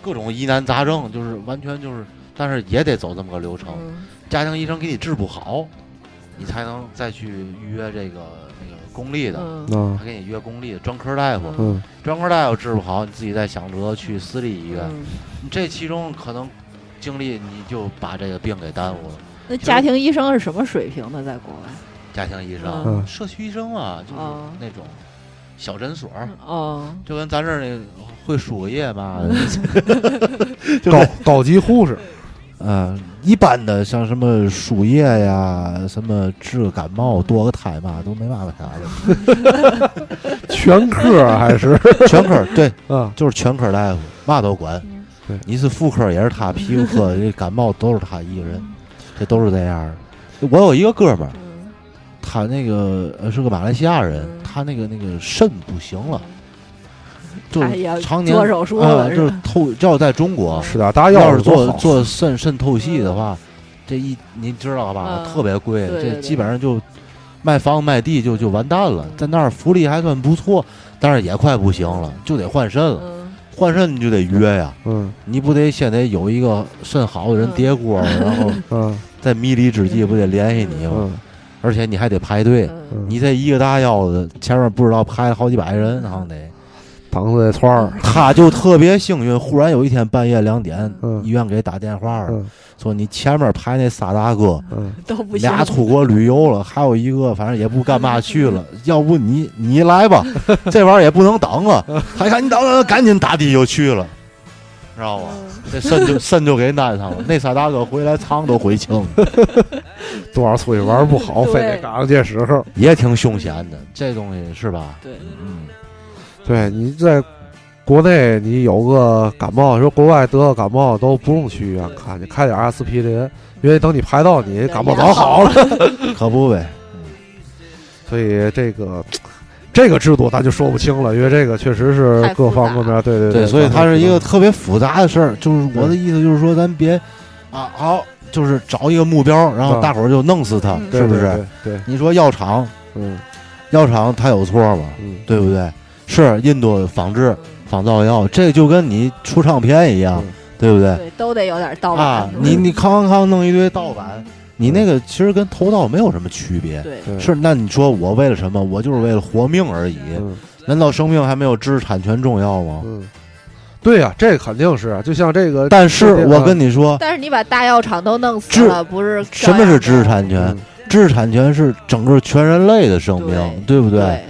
各种疑难杂症，就是完全就是，但是也得走这么个流程。
嗯
家庭医生给你治不好，你才能再去预约这个那个公立的，
嗯
嗯
他给你约公立的专科大夫，
嗯
嗯，
专科大夫治不好，你自己再想辙去私立医院。
嗯，
你这其中可能经历，你就把这个病给耽误了。
那家庭医生是什么水平的？在国外？
家庭医生、
嗯
社区医生啊，就是
哦
那种小诊所，
哦，
就跟咱这儿那个会输个液嘛，
嗯
高高级护士，
呃，一般的像什么输液呀，什么治感冒、堕个胎嘛，都没嘛啥的。
全科儿还是
全科儿对，
啊？
就是全科大夫，嘛都管
嗯
对。
你是妇科也是他，皮肤 科这感冒都是他一个人，这都是这样儿的。我有一个哥们儿，
嗯
他那个呃是个马来西亚人
嗯，
他那个那个肾不行了，就
他也要
是常年
做手术
啊
了，是
就是
吧
透，要在中国，
吃点大
要
药
是
多
做
好
做肾肾透析的话，这一您知道吧，
嗯
特别贵，
对对
这
对
基本上就卖房卖地就就完蛋了。在那儿福利还算不错，但是也快不行了，就得换肾了。
嗯
换肾你就得约呀，
嗯
你不得先得有一个肾好的人
嗯
跌锅，然后
嗯
在迷离之际不得联系你吗？
嗯
而且你还得排队，
嗯
嗯，
你这一个大腰子前面不知道排了好几百人，好像
嗯
得。
搪塞串儿，
他就特别幸运，忽然有一天半夜两点，
嗯
医院给打电话了，
嗯
说你前面排那仨大哥，
嗯，
都不行，
俩出国旅游了，还有一个反正也不干嘛去 了，要不你你来吧，这玩意儿也不能等啊。他一看你等等，赶紧打的就去了，知道吧？
嗯
这肾就肾就给难上了，那仨大哥回来肠都悔青，
嗯多少出去玩儿不好，非得
对
赶上这时候。
也挺凶险的，这东西是吧？
对，
嗯，
对，你在国内你有个感冒，说国外得个感冒都不用去医院看，你开点阿司匹林，因为等你排到你感冒早好 了。
可不呗。
所以这个这个制度咱就说不清了，因为这个确实是
太复
各方
杂
各面对对
对，
对，
所以它是一个
对
特别复杂的事儿。就是我的
对
意思就是说，咱别啊，好，就是找一个目标，然后
啊
大伙儿就弄死他，
嗯
对
是不是？
对对，对
你说药厂，
嗯
药厂它有错吗？
嗯，
对不对？是印度仿制仿造药，这就跟你出唱片一样
嗯，
对不对？
对，都得有点盗版。
啊，
嗯
你你康康康弄一堆盗版，你那个其实跟偷盗没有什么区别。
对，
对
是，那你说我为了什么？我就是为了活命而已。
嗯
难道生命还没有知识产权重要吗？
嗯，对呀，这肯定是，啊就像这个
但是
对啊
我跟你说，
但是你把大药厂都弄死
知
了，不是照
什么
样
是知识
的
产权
嗯？
知识产权是整个全人类的生命，对不对？
对？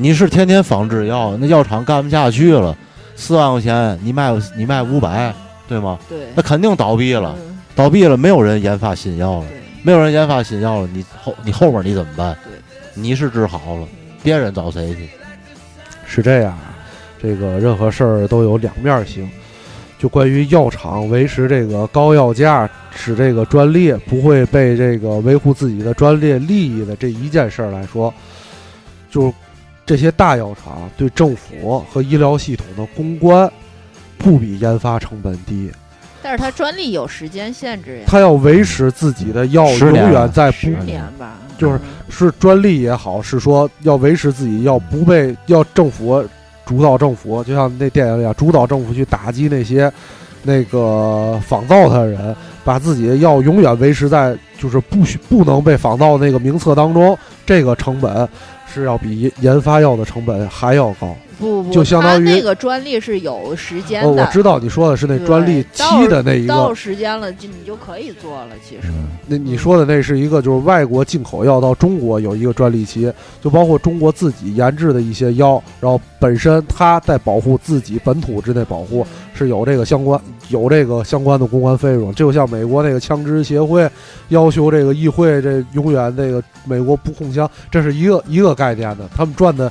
你是天天仿制药，那药厂干不下去了，四万块钱你卖你卖五百，对吗？
对
那肯定倒闭了，
嗯
倒闭了，没有人研发新药了，
对
没有人研发新药了，你后你后面你怎么办
对？嗯
你是治好了，别人找谁去？
是这样啊，这个任何事儿都有两面性。就关于药厂维持这个高药价，使这个专利不会被这个维护自己的专利利益的这一件事儿来说，就是这些大药厂对政府和医疗系统的公关，不比研发成本低。
但是它专利有时间限制呀，
它要维持自己的药
十
永
年
远在不
十
十年吧，嗯
就是是专利也好，是说要维持自己，要不被要政府主导政府，就像那电影里啊，主导政府去打击那些那个仿造它的人，把自己要永远维持在就是不许不能被仿造那个名册当中，这个成本是要比研研发药的成本还要高。
不不，
就相当于
它那个专利是有时间
哦，我
的，
知道你说的是那
对
专利期的那一
到
个，嗯
时间了就你就可以做了，其实
那你说的那是一个就是外国进口药到中国有一个专利期，就包括中国自己研制的一些药，然后本身它在保护自己本土之内保护是有这个相关有这个相关的公关费用，就像美国那个枪支协会要求这个议会这永远这个美国不控枪，这是一个一个概念的，他们赚的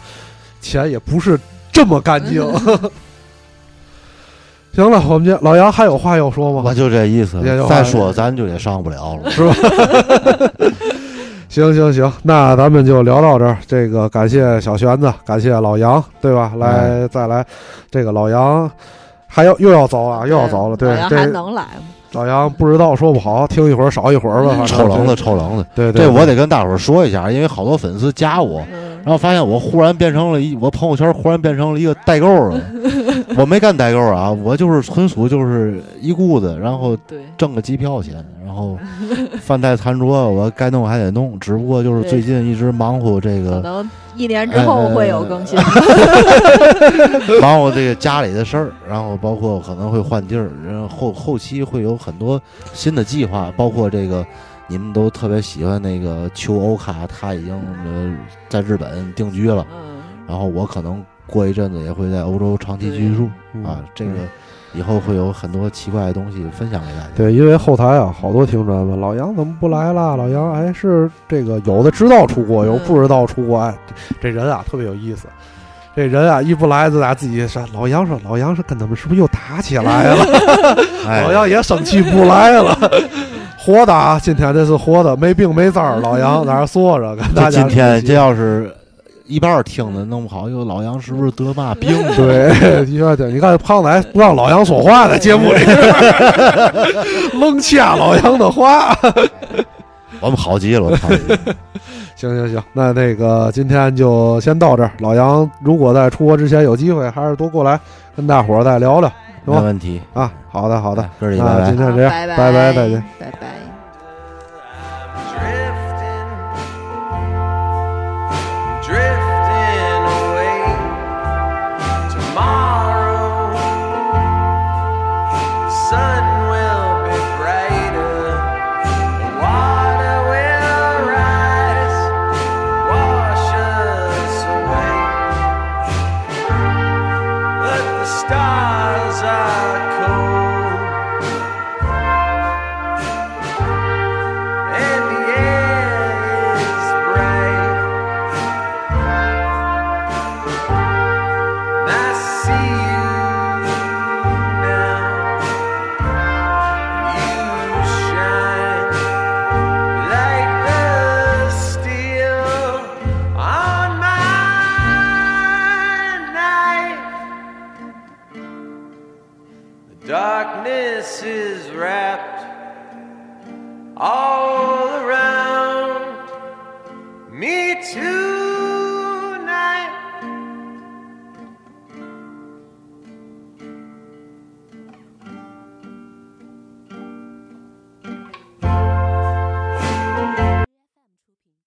钱也不是这么干净。行了，我们家老杨还有话要说吗？
我就这意思
也就，
再说咱就也上不了了。
是吧？ 行行行，那咱们就聊到这儿。这个感谢小玄子，感谢老杨，对吧？
哎
来，再来，这个老杨还要又要走啊了，又要走了。对
老，杨还
这
能来吗？
老杨不知道说不好，听一会儿少一会儿吧。反正
臭棱
这
嗯子，，臭棱子，
嗯对对，
这我得跟大伙儿说一下，因为好多粉丝加我，
嗯
然，后发现我忽然变成了一，我朋友圈忽然变成了一个代购 了。我没干代购啊，我就是纯属就是一股子，然后
对，
挣个机票钱，然后饭菜餐桌我该弄还得弄，只不过就是
对
最近一直忙活这
可
个
能一年之
哎
后会有更新。
忙活这个家里的事儿，然后包括可能会换地儿，然后后后期会有很多新的计划，包括这个。你们都特别喜欢那个秋欧卡，他已经呃在日本定居了，
嗯，
然后我可能过一阵子也会在欧洲长期居住
嗯
啊，这个以后会有很多奇怪的东西分享给大家。
对，因为后台啊，好多听众问老杨怎么不来啦？老杨哎是这个有的知道出国，有的不知道出国，哎，这这人啊特别有意思。这人啊一不来就打自己说，老杨说老杨是跟他们是不是又打起来了？
哎，
老杨也生气不来了。活的啊，今天这是活的，没病没灾儿。老杨在那儿坐着，跟大
这
家
今天这
这
要是一半儿听的，弄不好又老杨是不是得嘛
嗯
病？
对，的确对，你看胖子还不让老杨说话在节目 里，愣掐老杨的话。
我们好极了，我操！
行行行，那那个今天就先到这儿。老杨如果在出国之前有机会，还是多过来跟大伙儿再聊聊
没问题。
啊。好的，好的，，
哎哥儿几
那今
个，拜拜。
天这样，
拜
拜
拜，
再见。，
拜拜。
Drifting, drifting away. Tomorrow, the sun will be brighter. The water will rise, wash us away. But the stars are cold.
Darkness is wrapped all